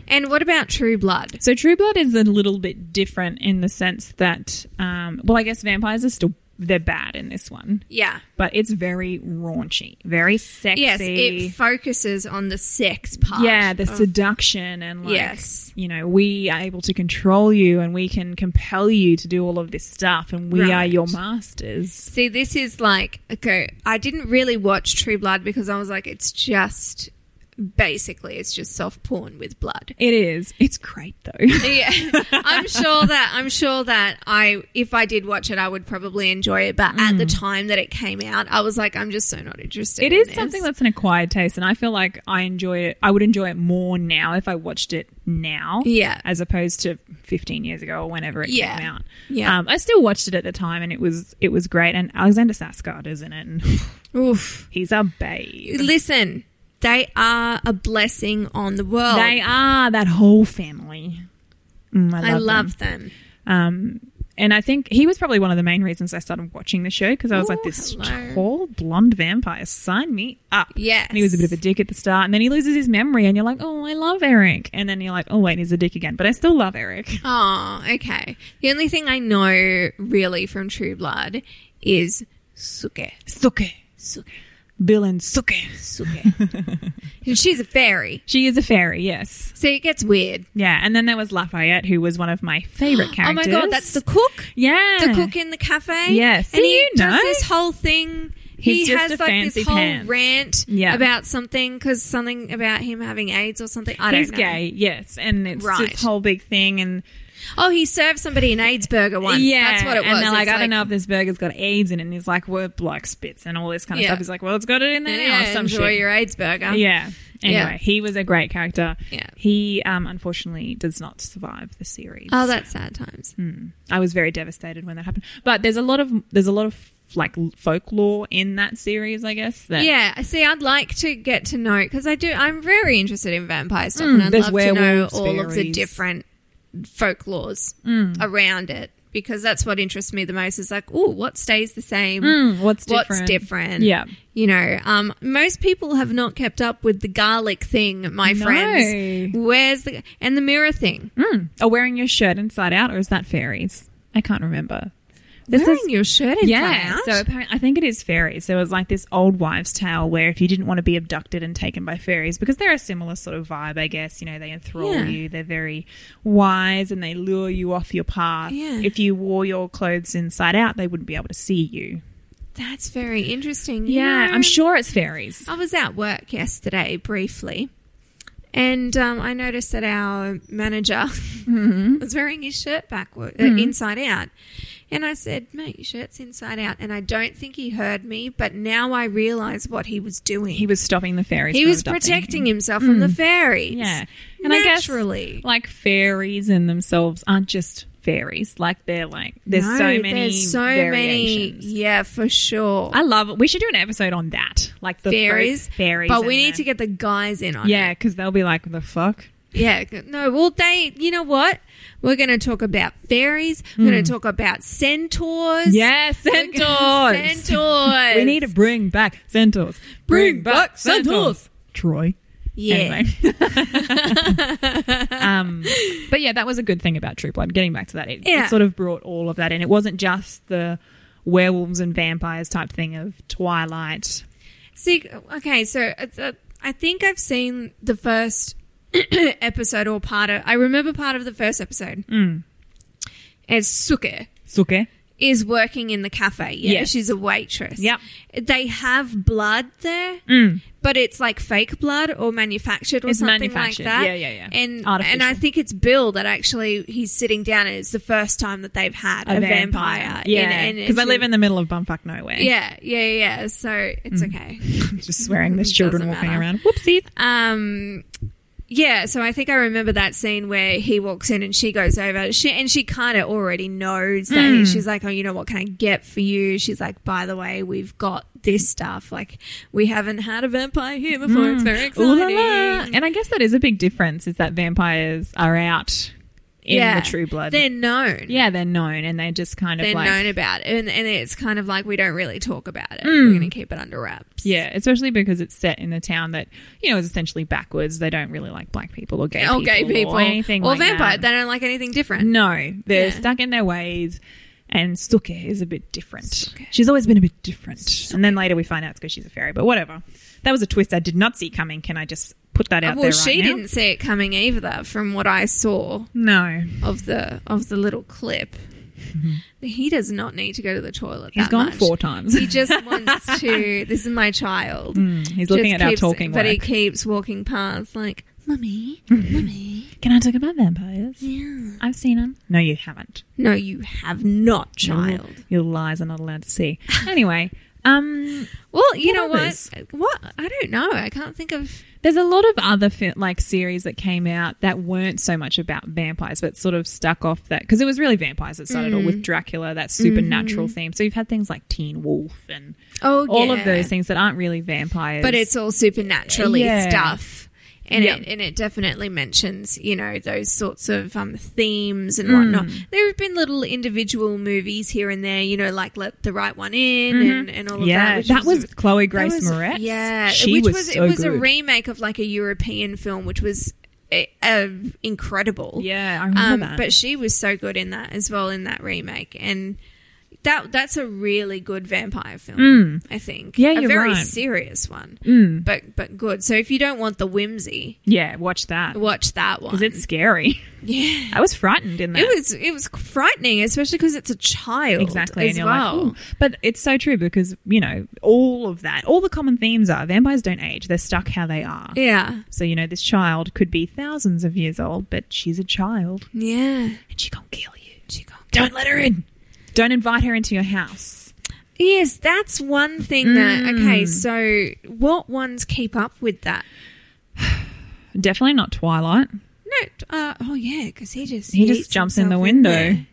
[SPEAKER 2] And what about True Blood?
[SPEAKER 3] so True Blood is a little bit different in the sense that, um, well, I guess vampires are still they're bad in this one,
[SPEAKER 2] Yeah.
[SPEAKER 3] but it's very raunchy, very sexy.
[SPEAKER 2] Yes, it focuses on the sex part.
[SPEAKER 3] E.
[SPEAKER 2] Oh.
[SPEAKER 3] Yeah, the
[SPEAKER 2] of-
[SPEAKER 3] seduction and like,
[SPEAKER 2] Yes.
[SPEAKER 3] you know, we are able to control you and we can compel you to do all of this stuff and we are
[SPEAKER 2] Right.
[SPEAKER 3] your masters.
[SPEAKER 2] See, this is like okay. I didn't really watch True Blood because I was like, it's just basically it's just soft porn with blood.
[SPEAKER 3] It is. It's great though.
[SPEAKER 2] Yeah, I'm sure that I'm sure that I, if I did watch it, I would probably enjoy it. But at the time that it came out, I was like, I'm just so not interested.
[SPEAKER 3] Mm. It
[SPEAKER 2] in
[SPEAKER 3] is
[SPEAKER 2] this.
[SPEAKER 3] something that's an acquired taste and I feel like I enjoy it. I would enjoy it more now if I watched it now.
[SPEAKER 2] Yeah.
[SPEAKER 3] As opposed to 15 years ago or whenever it
[SPEAKER 2] Yeah.
[SPEAKER 3] came out.
[SPEAKER 2] Yeah.
[SPEAKER 3] Um, I still watched it at the time and it was, it was great. And Alexander Saskard is in it and
[SPEAKER 2] Oof.
[SPEAKER 3] he's a babe.
[SPEAKER 2] Listen, they are a blessing on the world.
[SPEAKER 3] They are that whole family. Mm, I love,
[SPEAKER 2] I
[SPEAKER 3] them.
[SPEAKER 2] love them.
[SPEAKER 3] Um, And I think he was probably one of the main reasons I started watching the show because I was like, this
[SPEAKER 2] hello.
[SPEAKER 3] tall, blonde vampire, sign me up.
[SPEAKER 2] Yes.
[SPEAKER 3] And he was a bit of a dick at the start. And then he loses his memory, and you're like, oh, I love Eric. And then you're like, oh, wait, he's a dick again. But I still love Eric.
[SPEAKER 2] Oh, okay. The only thing I know really from True Blood is Suke.
[SPEAKER 3] Suke.
[SPEAKER 2] Suke.
[SPEAKER 3] Bill and Suke.
[SPEAKER 2] Suke. And She's a fairy.
[SPEAKER 3] She is a fairy, yes.
[SPEAKER 2] So it gets weird.
[SPEAKER 3] Yeah. And then there was Lafayette, who was one of my favorite characters.
[SPEAKER 2] Oh my god, that's the cook?
[SPEAKER 3] Yeah.
[SPEAKER 2] The cook in the cafe?
[SPEAKER 3] Yeah, see,
[SPEAKER 2] and he
[SPEAKER 3] you know.
[SPEAKER 2] does this whole thing.
[SPEAKER 3] He's
[SPEAKER 2] he
[SPEAKER 3] just
[SPEAKER 2] has
[SPEAKER 3] a
[SPEAKER 2] like
[SPEAKER 3] fancy
[SPEAKER 2] this whole
[SPEAKER 3] pants.
[SPEAKER 2] rant
[SPEAKER 3] Yeah.
[SPEAKER 2] about something because something about him having AIDS or something. I
[SPEAKER 3] He's
[SPEAKER 2] don't know.
[SPEAKER 3] gay, yes. And it's
[SPEAKER 2] Right.
[SPEAKER 3] this whole big thing. And
[SPEAKER 2] Oh, he served somebody an AIDS burger once. that's what it was.
[SPEAKER 3] And they're like,
[SPEAKER 2] It's
[SPEAKER 3] I don't know if this burger's got AIDS in it. And he's like, well, like spits and all this kind of
[SPEAKER 2] Yeah.
[SPEAKER 3] stuff. He's like, well, it's got it in there now.
[SPEAKER 2] Yeah,
[SPEAKER 3] or some
[SPEAKER 2] enjoy
[SPEAKER 3] shit.
[SPEAKER 2] your AIDS burger.
[SPEAKER 3] yeah. Anyway,
[SPEAKER 2] Yeah.
[SPEAKER 3] he was a great character.
[SPEAKER 2] Yeah.
[SPEAKER 3] He um, unfortunately does not survive the series.
[SPEAKER 2] Oh, that's sad times.
[SPEAKER 3] I was very devastated when that happened. But there's a lot of there's a lot of like folklore in that series, I guess. That
[SPEAKER 2] Yeah, I see, I'd like to get to know because I do. I'm very interested in vampire
[SPEAKER 3] Mm.
[SPEAKER 2] stuff, and I'd
[SPEAKER 3] there's
[SPEAKER 2] love to know
[SPEAKER 3] werewolves,
[SPEAKER 2] all of the
[SPEAKER 3] fairies.
[SPEAKER 2] different folklores
[SPEAKER 3] Mm.
[SPEAKER 2] around it because that's what interests me the most. Is like, oh, what stays the same?
[SPEAKER 3] Mm, what's different?
[SPEAKER 2] What's different?
[SPEAKER 3] Yeah.
[SPEAKER 2] you know, um, most people have not kept up with the garlic thing, my
[SPEAKER 3] No. Mm.
[SPEAKER 2] friends. Where's the and the mirror thing?
[SPEAKER 3] Or Oh, wearing your shirt inside out, or is that fairies? I can't remember.
[SPEAKER 2] This Wearing your shirt inside
[SPEAKER 3] yeah.
[SPEAKER 2] out.
[SPEAKER 3] So apparently, I think it is fairies. There was like this old wives' tale where if you didn't want to be abducted and taken by fairies, because they're a similar sort of vibe, I guess. You know, they enthrall
[SPEAKER 2] Yeah.
[SPEAKER 3] you. They're very wise and they lure you off your path.
[SPEAKER 2] Yeah.
[SPEAKER 3] If you wore your clothes inside out, they wouldn't be able to see you.
[SPEAKER 2] that's very interesting. you
[SPEAKER 3] Yeah,
[SPEAKER 2] know?
[SPEAKER 3] I'm sure it's fairies.
[SPEAKER 2] I was at work yesterday briefly, and um, I noticed that our manager
[SPEAKER 3] Mm-hmm.
[SPEAKER 2] was wearing his shirt backward, uh, inside out. And I said, "Mate, your shirt's inside out." And I don't think he heard me, but now I realise what he was doing.
[SPEAKER 3] He was stopping the fairies.
[SPEAKER 2] He
[SPEAKER 3] from
[SPEAKER 2] was
[SPEAKER 3] abducting you.
[SPEAKER 2] protecting himself from the fairies.
[SPEAKER 3] Mm. Yeah.
[SPEAKER 2] and
[SPEAKER 3] I
[SPEAKER 2] naturally,
[SPEAKER 3] guess like fairies in themselves aren't just fairies. Like they're like there's
[SPEAKER 2] No,
[SPEAKER 3] so many
[SPEAKER 2] There's so
[SPEAKER 3] variations.
[SPEAKER 2] many. Yeah, for sure.
[SPEAKER 3] I love it. We should do an episode on that. Like the
[SPEAKER 2] fairies,
[SPEAKER 3] folk fairies.
[SPEAKER 2] But we
[SPEAKER 3] and
[SPEAKER 2] need
[SPEAKER 3] the-
[SPEAKER 2] to get the guys in on it.
[SPEAKER 3] Yeah, because they'll be like, the fuck?
[SPEAKER 2] Yeah, g- no, well, they, you know what? We're going to talk about fairies. We're going to talk about centaurs.
[SPEAKER 3] Hmm. Yeah,
[SPEAKER 2] We're
[SPEAKER 3] centaurs.
[SPEAKER 2] gonna- Centaurs.
[SPEAKER 3] We need to bring back centaurs.
[SPEAKER 2] Bring back centaurs.
[SPEAKER 3] Troy.
[SPEAKER 2] Yeah.
[SPEAKER 3] Anyway. um, but yeah, that was a good thing about True Blood. Getting back to that, it,
[SPEAKER 2] Yeah.
[SPEAKER 3] it sort of brought all of that in. It wasn't just the werewolves and vampires type thing of Twilight.
[SPEAKER 2] See, okay, so uh, uh, I think I've seen the first episode or part of, I remember part of the first episode.
[SPEAKER 3] Hmm.
[SPEAKER 2] As Suke
[SPEAKER 3] Suke.
[SPEAKER 2] is working in the cafe. Yeah.
[SPEAKER 3] Yes.
[SPEAKER 2] She's a waitress.
[SPEAKER 3] Yep. Mm.
[SPEAKER 2] They have blood there. But it's like fake blood or manufactured or
[SPEAKER 3] It's
[SPEAKER 2] something
[SPEAKER 3] manufactured.
[SPEAKER 2] like that.
[SPEAKER 3] Yeah, yeah, yeah.
[SPEAKER 2] And and I
[SPEAKER 3] Artificial.
[SPEAKER 2] think it's Bill that actually he's sitting down and it's the first time that they've had a, vampire.
[SPEAKER 3] Yeah.
[SPEAKER 2] in- in-
[SPEAKER 3] Because they live in the Mm. middle of bumfuck nowhere.
[SPEAKER 2] Yeah, yeah, yeah. So it's okay.
[SPEAKER 3] Just swearing there's children
[SPEAKER 2] Mm-hmm. Doesn't
[SPEAKER 3] walking
[SPEAKER 2] matter.
[SPEAKER 3] around. Whoopsies.
[SPEAKER 2] Um, yeah, so I think I remember that scene where he walks in and she goes over. She and she kind of already knows that he-
[SPEAKER 3] Mm.
[SPEAKER 2] she's like, "Oh, you know what can I get for you?" She's like, "By the way, we've got this stuff. Like, we haven't had a vampire here before. It's very
[SPEAKER 3] Mm. Ooh
[SPEAKER 2] exciting."
[SPEAKER 3] la la. And I guess that is a big difference is that vampires are out in the True Blood.
[SPEAKER 2] they're known.
[SPEAKER 3] yeah, they're known and they're just kind of
[SPEAKER 2] they're
[SPEAKER 3] like
[SPEAKER 2] known about, it. and and it's kind of like we don't really talk about it. We're going to keep it under wraps.
[SPEAKER 3] Mm. yeah, especially because it's set in a town that you know is essentially backwards. They don't really like black people or gay
[SPEAKER 2] Or
[SPEAKER 3] people,
[SPEAKER 2] gay people,
[SPEAKER 3] or anything
[SPEAKER 2] or
[SPEAKER 3] like
[SPEAKER 2] vampire.
[SPEAKER 3] that.
[SPEAKER 2] They don't like anything different.
[SPEAKER 3] No, they're
[SPEAKER 2] Yeah.
[SPEAKER 3] stuck in their ways. And Stuke is a bit different. She's always been a bit different. And then later we find out it's because she's a fairy, but whatever. That was a twist I did not see coming. Can I just put that out
[SPEAKER 2] well,
[SPEAKER 3] there? right
[SPEAKER 2] she
[SPEAKER 3] now?
[SPEAKER 2] didn't see it coming either, from what I saw.
[SPEAKER 3] No.
[SPEAKER 2] of the of the little clip. He does not need to go to the toilet.
[SPEAKER 3] Mm-hmm. He's
[SPEAKER 2] that
[SPEAKER 3] gone
[SPEAKER 2] much.
[SPEAKER 3] four times.
[SPEAKER 2] He just wants to. This is my child.
[SPEAKER 3] Mm, He's looking
[SPEAKER 2] Just
[SPEAKER 3] at our
[SPEAKER 2] keeps-
[SPEAKER 3] talking
[SPEAKER 2] but he
[SPEAKER 3] work.
[SPEAKER 2] keeps walking past, like mummy.
[SPEAKER 3] Mm-hmm. Can I talk about vampires? Yeah. I've seen them. No, you haven't.
[SPEAKER 2] No, you have not,
[SPEAKER 3] Your,
[SPEAKER 2] child.
[SPEAKER 3] your lies are not allowed to see. Anyway, um,
[SPEAKER 2] Well, you
[SPEAKER 3] What
[SPEAKER 2] know
[SPEAKER 3] others?
[SPEAKER 2] what? What I don't know. I can't think of.
[SPEAKER 3] there's a lot of other fi- like series that came out that weren't so much about vampires, but sort of stuck off that because it was really vampires that started all
[SPEAKER 2] Mm.
[SPEAKER 3] with Dracula, that supernatural theme. So you've had things like Teen Wolf and
[SPEAKER 2] Mm-hmm. Oh,
[SPEAKER 3] all
[SPEAKER 2] yeah.
[SPEAKER 3] of those things that aren't really vampires,
[SPEAKER 2] But it's all supernaturally
[SPEAKER 3] Yeah.
[SPEAKER 2] stuff. and
[SPEAKER 3] Yeah.
[SPEAKER 2] it and it definitely mentions you know those sorts of um, themes
[SPEAKER 3] Hmm.
[SPEAKER 2] and whatnot. There have been little individual movies here and there, you know, like Let the Right One In and, and all
[SPEAKER 3] Mm-hmm. Yeah,
[SPEAKER 2] of that.
[SPEAKER 3] that was Chloe Grace Moretz.
[SPEAKER 2] Yeah,
[SPEAKER 3] She
[SPEAKER 2] which
[SPEAKER 3] was
[SPEAKER 2] was,
[SPEAKER 3] so
[SPEAKER 2] it was a
[SPEAKER 3] good.
[SPEAKER 2] remake of like a European film, which was uh, uh, incredible. Um,
[SPEAKER 3] Yeah, I remember that.
[SPEAKER 2] But she was so good in that as well in that remake, and that that's a really good vampire film. I think.
[SPEAKER 3] Mm. Yeah,
[SPEAKER 2] a
[SPEAKER 3] you're
[SPEAKER 2] very
[SPEAKER 3] right.
[SPEAKER 2] serious one, mm. but but good. So if you don't want the whimsy,
[SPEAKER 3] yeah, watch that.
[SPEAKER 2] watch that one.
[SPEAKER 3] Because it's scary.
[SPEAKER 2] yeah.
[SPEAKER 3] I was frightened in that.
[SPEAKER 2] It was it was frightening, especially because it's a child.
[SPEAKER 3] exactly
[SPEAKER 2] as
[SPEAKER 3] and you're
[SPEAKER 2] well.
[SPEAKER 3] like "Ooh." but it's so true because you know all of that all the common themes are vampires don't age they're stuck how they are
[SPEAKER 2] yeah,
[SPEAKER 3] so you know this child could be thousands of years old but she's a child
[SPEAKER 2] yeah.
[SPEAKER 3] and she can't kill you
[SPEAKER 2] She got
[SPEAKER 3] don't let her in don't invite her into your house
[SPEAKER 2] Yes, that's one thing that.
[SPEAKER 3] Mm.
[SPEAKER 2] Okay, so what ones keep up with that?
[SPEAKER 3] definitely not twilight
[SPEAKER 2] No, t- uh, oh yeah, because he just
[SPEAKER 3] he
[SPEAKER 2] eats
[SPEAKER 3] just jumps in the
[SPEAKER 2] himself
[SPEAKER 3] window
[SPEAKER 2] there.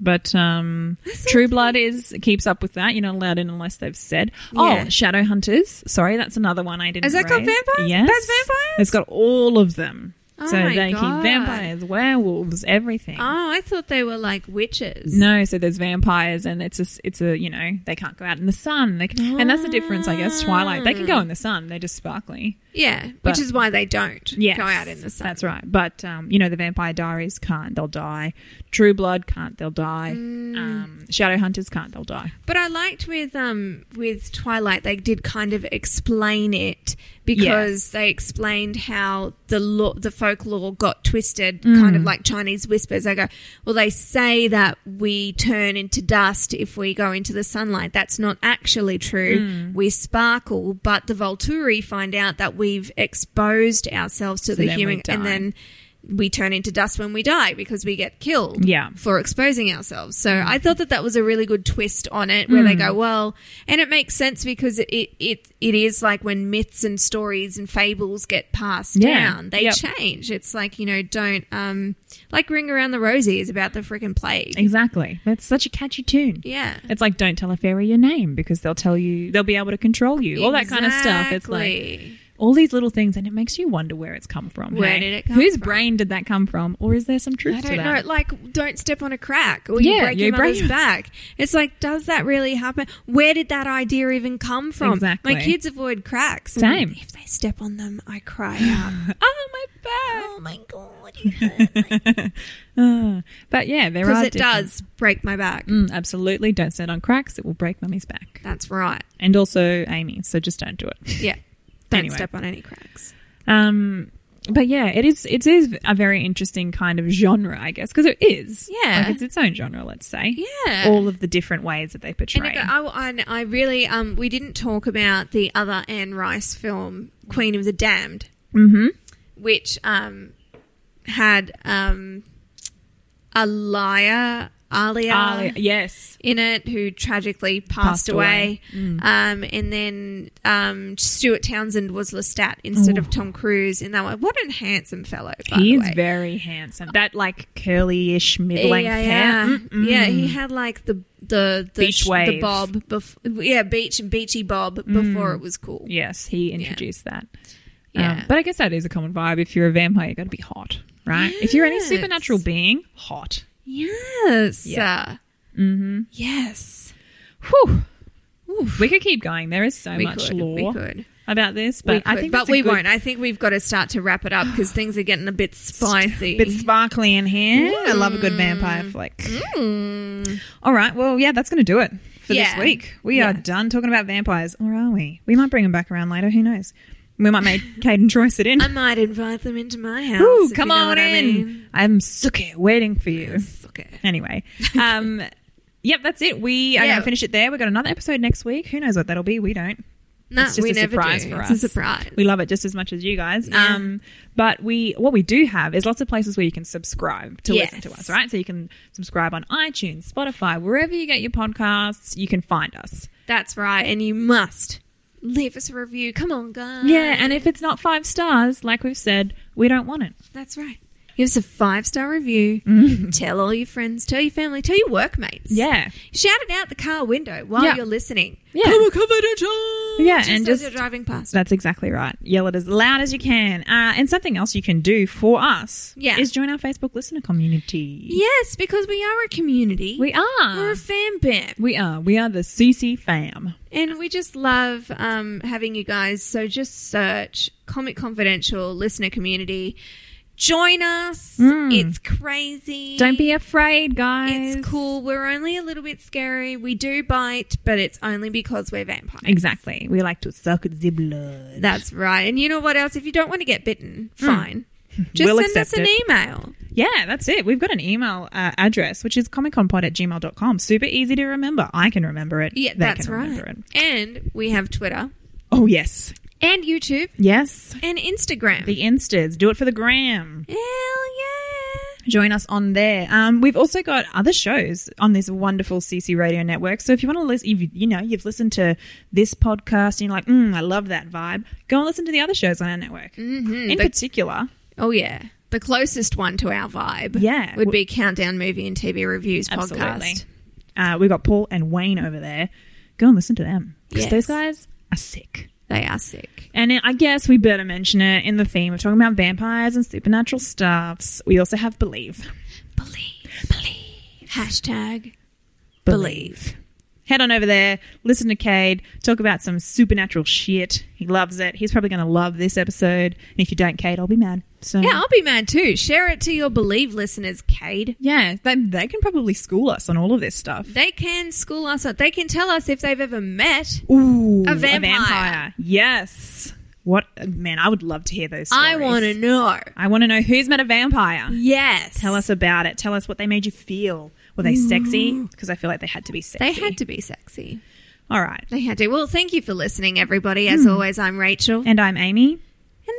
[SPEAKER 3] but um
[SPEAKER 2] That's
[SPEAKER 3] true
[SPEAKER 2] okay.
[SPEAKER 3] blood is keeps up with that you're not allowed in unless they've said
[SPEAKER 2] Yeah.
[SPEAKER 3] oh shadow hunters sorry that's another one i didn't
[SPEAKER 2] Has that got
[SPEAKER 3] raise.
[SPEAKER 2] vampires?
[SPEAKER 3] yes
[SPEAKER 2] That's vampires?
[SPEAKER 3] it's got all of them
[SPEAKER 2] Oh
[SPEAKER 3] so
[SPEAKER 2] my
[SPEAKER 3] they
[SPEAKER 2] God.
[SPEAKER 3] keep vampires werewolves everything
[SPEAKER 2] Oh, I thought they were like witches.
[SPEAKER 3] no, so there's vampires, and it's a, s- it's a, you know, they can't go out in the sun. They can, and that's the difference, I guess. Twilight, they can go in the sun. They're just sparkly.
[SPEAKER 2] yeah, which
[SPEAKER 3] But-
[SPEAKER 2] is why they don't
[SPEAKER 3] Yes,
[SPEAKER 2] go out in the sun.
[SPEAKER 3] That's right. But um, you know, the Vampire Diaries can't; they'll die. True Blood can't; they'll die.
[SPEAKER 2] Mm.
[SPEAKER 3] Um, Shadow Hunters can't; they'll die.
[SPEAKER 2] But I liked with um with Twilight they did kind of explain it because they explained how the lo- the folklore got twisted,
[SPEAKER 3] Mm.
[SPEAKER 2] kind of like Chinese whispers. They go, well, they say that we turn into dust if we go into the sunlight. That's not actually true.
[SPEAKER 3] Mm.
[SPEAKER 2] We sparkle, but the Volturi find out that we've exposed ourselves to
[SPEAKER 3] So
[SPEAKER 2] the
[SPEAKER 3] then we
[SPEAKER 2] human,
[SPEAKER 3] die.
[SPEAKER 2] and then we turn into dust when we die because we get killed
[SPEAKER 3] Yeah. Mm-hmm.
[SPEAKER 2] for exposing ourselves. So I thought that that was a really good twist on it where
[SPEAKER 3] Mm.
[SPEAKER 2] they go, well, and it makes sense because it, it, it, it is like when myths and stories and fables get passed
[SPEAKER 3] Yeah.
[SPEAKER 2] down, they
[SPEAKER 3] Yep.
[SPEAKER 2] change. It's like, you know, don't, um, like Ring Around the Rosie is about the freaking plague.
[SPEAKER 3] Exactly. That's such a catchy tune.
[SPEAKER 2] Yeah.
[SPEAKER 3] It's like don't tell a fairy your name because they'll tell you they'll be able to control you. All that kind of stuff. It's like
[SPEAKER 2] Exactly.
[SPEAKER 3] all these little things and it makes you wonder where it's come from.
[SPEAKER 2] Where
[SPEAKER 3] hey?
[SPEAKER 2] did it come
[SPEAKER 3] Whose
[SPEAKER 2] from?
[SPEAKER 3] brain did that come from? Or is there some truth
[SPEAKER 2] I
[SPEAKER 3] to
[SPEAKER 2] don't
[SPEAKER 3] that?
[SPEAKER 2] know. Like, don't step on a crack or you
[SPEAKER 3] Yeah,
[SPEAKER 2] break
[SPEAKER 3] you
[SPEAKER 2] your mother's
[SPEAKER 3] break-
[SPEAKER 2] back. It's like, does that really happen? Where did that idea even come from?
[SPEAKER 3] Exactly.
[SPEAKER 2] My kids avoid cracks. and
[SPEAKER 3] Same.
[SPEAKER 2] If they step on them, I cry out.
[SPEAKER 3] oh my back.
[SPEAKER 2] oh my God. it hurt.
[SPEAKER 3] Uh, but yeah, there are
[SPEAKER 2] Because it
[SPEAKER 3] different-
[SPEAKER 2] does break my back.
[SPEAKER 3] Mm, absolutely, don't sit on cracks. It will break mummy's back,
[SPEAKER 2] That's right.
[SPEAKER 3] and also Amy. So just don't do it.
[SPEAKER 2] Yeah. Don't
[SPEAKER 3] Anyway.
[SPEAKER 2] step on any cracks.
[SPEAKER 3] Um, but yeah, it is. It is a very interesting kind of genre, I guess, because it is.
[SPEAKER 2] Yeah.
[SPEAKER 3] like it's its own genre. Let's say.
[SPEAKER 2] Yeah.
[SPEAKER 3] all of the different ways that they portray.
[SPEAKER 2] And I, go- oh, I, and I really, um, we didn't talk about the other Anne Rice film, Queen of the Damned, mm-hmm. which um, had um, a liar, Alia,
[SPEAKER 3] Ah, yes,
[SPEAKER 2] in it who tragically passed,
[SPEAKER 3] Passed
[SPEAKER 2] away. Um, and then um, Stuart Townsend was Lestat instead of Tom Cruise in that one. What a handsome fellow, by the
[SPEAKER 3] he is
[SPEAKER 2] way.
[SPEAKER 3] very handsome. That like curly-ish, mid-length
[SPEAKER 2] yeah,
[SPEAKER 3] hair.
[SPEAKER 2] Yeah.
[SPEAKER 3] Mm.
[SPEAKER 2] yeah, he had like the the the,
[SPEAKER 3] Beach Mm.
[SPEAKER 2] the
[SPEAKER 3] wave.
[SPEAKER 2] bob bef- yeah, beach beachy bob before it was cool.
[SPEAKER 3] Yes, he introduced that.
[SPEAKER 2] Yeah.
[SPEAKER 3] Um, but I guess that is a common vibe. If you're a vampire, you got to be hot, right? If you're any
[SPEAKER 2] Yes.
[SPEAKER 3] supernatural being, hot.
[SPEAKER 2] Yes.
[SPEAKER 3] Yeah. Mm-hmm.
[SPEAKER 2] Uh, Yes.
[SPEAKER 3] Whew. We could keep going. There is so
[SPEAKER 2] We
[SPEAKER 3] much
[SPEAKER 2] could,
[SPEAKER 3] lore
[SPEAKER 2] we could.
[SPEAKER 3] about this,
[SPEAKER 2] We
[SPEAKER 3] but I
[SPEAKER 2] could,
[SPEAKER 3] think
[SPEAKER 2] but
[SPEAKER 3] that's a
[SPEAKER 2] we
[SPEAKER 3] good
[SPEAKER 2] won't. I think we've got to start to wrap it up because things are getting a bit spicy.
[SPEAKER 3] Bit sparkly in here. I love a good vampire
[SPEAKER 2] Mm.
[SPEAKER 3] flick. All right. Well, yeah, that's going to do it for
[SPEAKER 2] Yeah.
[SPEAKER 3] this week. We are
[SPEAKER 2] Yes.
[SPEAKER 3] done talking about vampires, or are we? We might bring them back around later. Who knows? We might make Kate and Troy sit in.
[SPEAKER 2] I might invite them into my house.
[SPEAKER 3] Ooh,
[SPEAKER 2] if
[SPEAKER 3] come
[SPEAKER 2] you know
[SPEAKER 3] on
[SPEAKER 2] what I
[SPEAKER 3] in.
[SPEAKER 2] mean.
[SPEAKER 3] I'm suki waiting for you.
[SPEAKER 2] Okay.
[SPEAKER 3] Anyway, um, yep, that's it. We are
[SPEAKER 2] Yeah.
[SPEAKER 3] going to finish it there. We've got another episode next week. Who knows what that'll be? We don't.
[SPEAKER 2] No,
[SPEAKER 3] it's just
[SPEAKER 2] we
[SPEAKER 3] a
[SPEAKER 2] never
[SPEAKER 3] surprise
[SPEAKER 2] do.
[SPEAKER 3] for
[SPEAKER 2] it's
[SPEAKER 3] us.
[SPEAKER 2] a surprise.
[SPEAKER 3] We love it just as much as you guys.
[SPEAKER 2] Yeah.
[SPEAKER 3] Um, but we what we do have is lots of places where you can subscribe to listen to
[SPEAKER 2] Yes.
[SPEAKER 3] us, right? So you can subscribe on iTunes, Spotify, wherever you get your podcasts, you can find us.
[SPEAKER 2] That's right, and you must leave us a review. Come on, guys.
[SPEAKER 3] Yeah, and if it's not five stars, like we've said, we don't want it.
[SPEAKER 2] That's right. Give us a five star review. Tell all your friends, tell your family, tell your workmates.
[SPEAKER 3] Mm. Yeah.
[SPEAKER 2] Shout it out the car window while
[SPEAKER 3] Yeah.
[SPEAKER 2] you're listening.
[SPEAKER 3] Yeah.
[SPEAKER 2] Cover, cover the job.
[SPEAKER 3] Yeah,
[SPEAKER 2] Just
[SPEAKER 3] and
[SPEAKER 2] as
[SPEAKER 3] just-
[SPEAKER 2] you're driving past.
[SPEAKER 3] That's exactly right. Yell it as loud as you can. Uh, and something else you can do for us
[SPEAKER 2] Yeah.
[SPEAKER 3] is join our Facebook listener community.
[SPEAKER 2] Yes, because we are a community.
[SPEAKER 3] We are.
[SPEAKER 2] We're a fan bam.
[SPEAKER 3] We are. We are the CC fam.
[SPEAKER 2] And we just love um, having you guys. So just search Comic Confidential Listener Community. Join us.
[SPEAKER 3] Mm.
[SPEAKER 2] It's crazy.
[SPEAKER 5] Don't be afraid, guys.
[SPEAKER 2] It's cool. We're only a little bit scary. We do bite, but it's only because we're vampires.
[SPEAKER 3] Exactly. We like to suck the blood.
[SPEAKER 2] That's right. And you know what else? If you don't want to get bitten, fine. Just
[SPEAKER 3] Hmm. We'll
[SPEAKER 2] send us
[SPEAKER 3] accept
[SPEAKER 2] an
[SPEAKER 3] it.
[SPEAKER 2] email.
[SPEAKER 3] Yeah, that's it. We've got an email uh, address, which is comiconpod at gmail.com. Super easy to remember. I can remember it.
[SPEAKER 2] Yeah,
[SPEAKER 3] They
[SPEAKER 2] that's
[SPEAKER 3] can
[SPEAKER 2] right.
[SPEAKER 3] remember it.
[SPEAKER 2] And we have Twitter
[SPEAKER 3] Oh, yes.
[SPEAKER 2] and YouTube
[SPEAKER 3] Yes.
[SPEAKER 2] and Instagram.
[SPEAKER 3] The instas. Do it for the gram.
[SPEAKER 2] Hell yeah.
[SPEAKER 3] Join us on there. Um, we've also got other shows on this wonderful CC radio network. So if you want to listen, if you, you know, you've listened to this podcast and you're like, mm, I love that vibe, go and listen to the other shows on our network. Mm-hmm, In particular,
[SPEAKER 2] Oh, yeah. The closest one to our vibe
[SPEAKER 3] Yeah.
[SPEAKER 2] would be Countdown Movie and TV Reviews
[SPEAKER 3] Absolutely.
[SPEAKER 2] podcast.
[SPEAKER 3] Uh, we've got Paul and Wayne over there. Go and listen to them because
[SPEAKER 2] Yes.
[SPEAKER 3] those guys are sick.
[SPEAKER 2] They are sick.
[SPEAKER 3] And I guess we better mention it in the theme of talking about vampires and supernatural stuffs. We also have Believe.
[SPEAKER 2] Believe. Believe. Hashtag Believe.
[SPEAKER 3] Head on over there, listen to Cade, talk about some supernatural shit. He loves it. He's probably going to love this episode. And if you don't, Cade, I'll be mad. So
[SPEAKER 2] Yeah, I'll be mad too. Share it to your Believe listeners, Cade.
[SPEAKER 3] yeah, they, they can probably school us on all of this stuff.
[SPEAKER 2] They can school us. up. They can tell us if they've ever met.
[SPEAKER 3] Ooh,
[SPEAKER 2] A vampire.
[SPEAKER 3] Yes. What man? I would love to hear those. Stories.
[SPEAKER 2] I want to know.
[SPEAKER 3] I want to know who's met a vampire.
[SPEAKER 2] Yes.
[SPEAKER 3] Tell us about it. Tell us what they made you feel. Were they sexy? Because I feel like they had to be sexy.
[SPEAKER 2] Mm. They had to be sexy.
[SPEAKER 3] All right.
[SPEAKER 2] They had to. Well, thank you for listening, everybody. As always, I'm Rachel.
[SPEAKER 3] Hmm. And I'm Amy.
[SPEAKER 2] And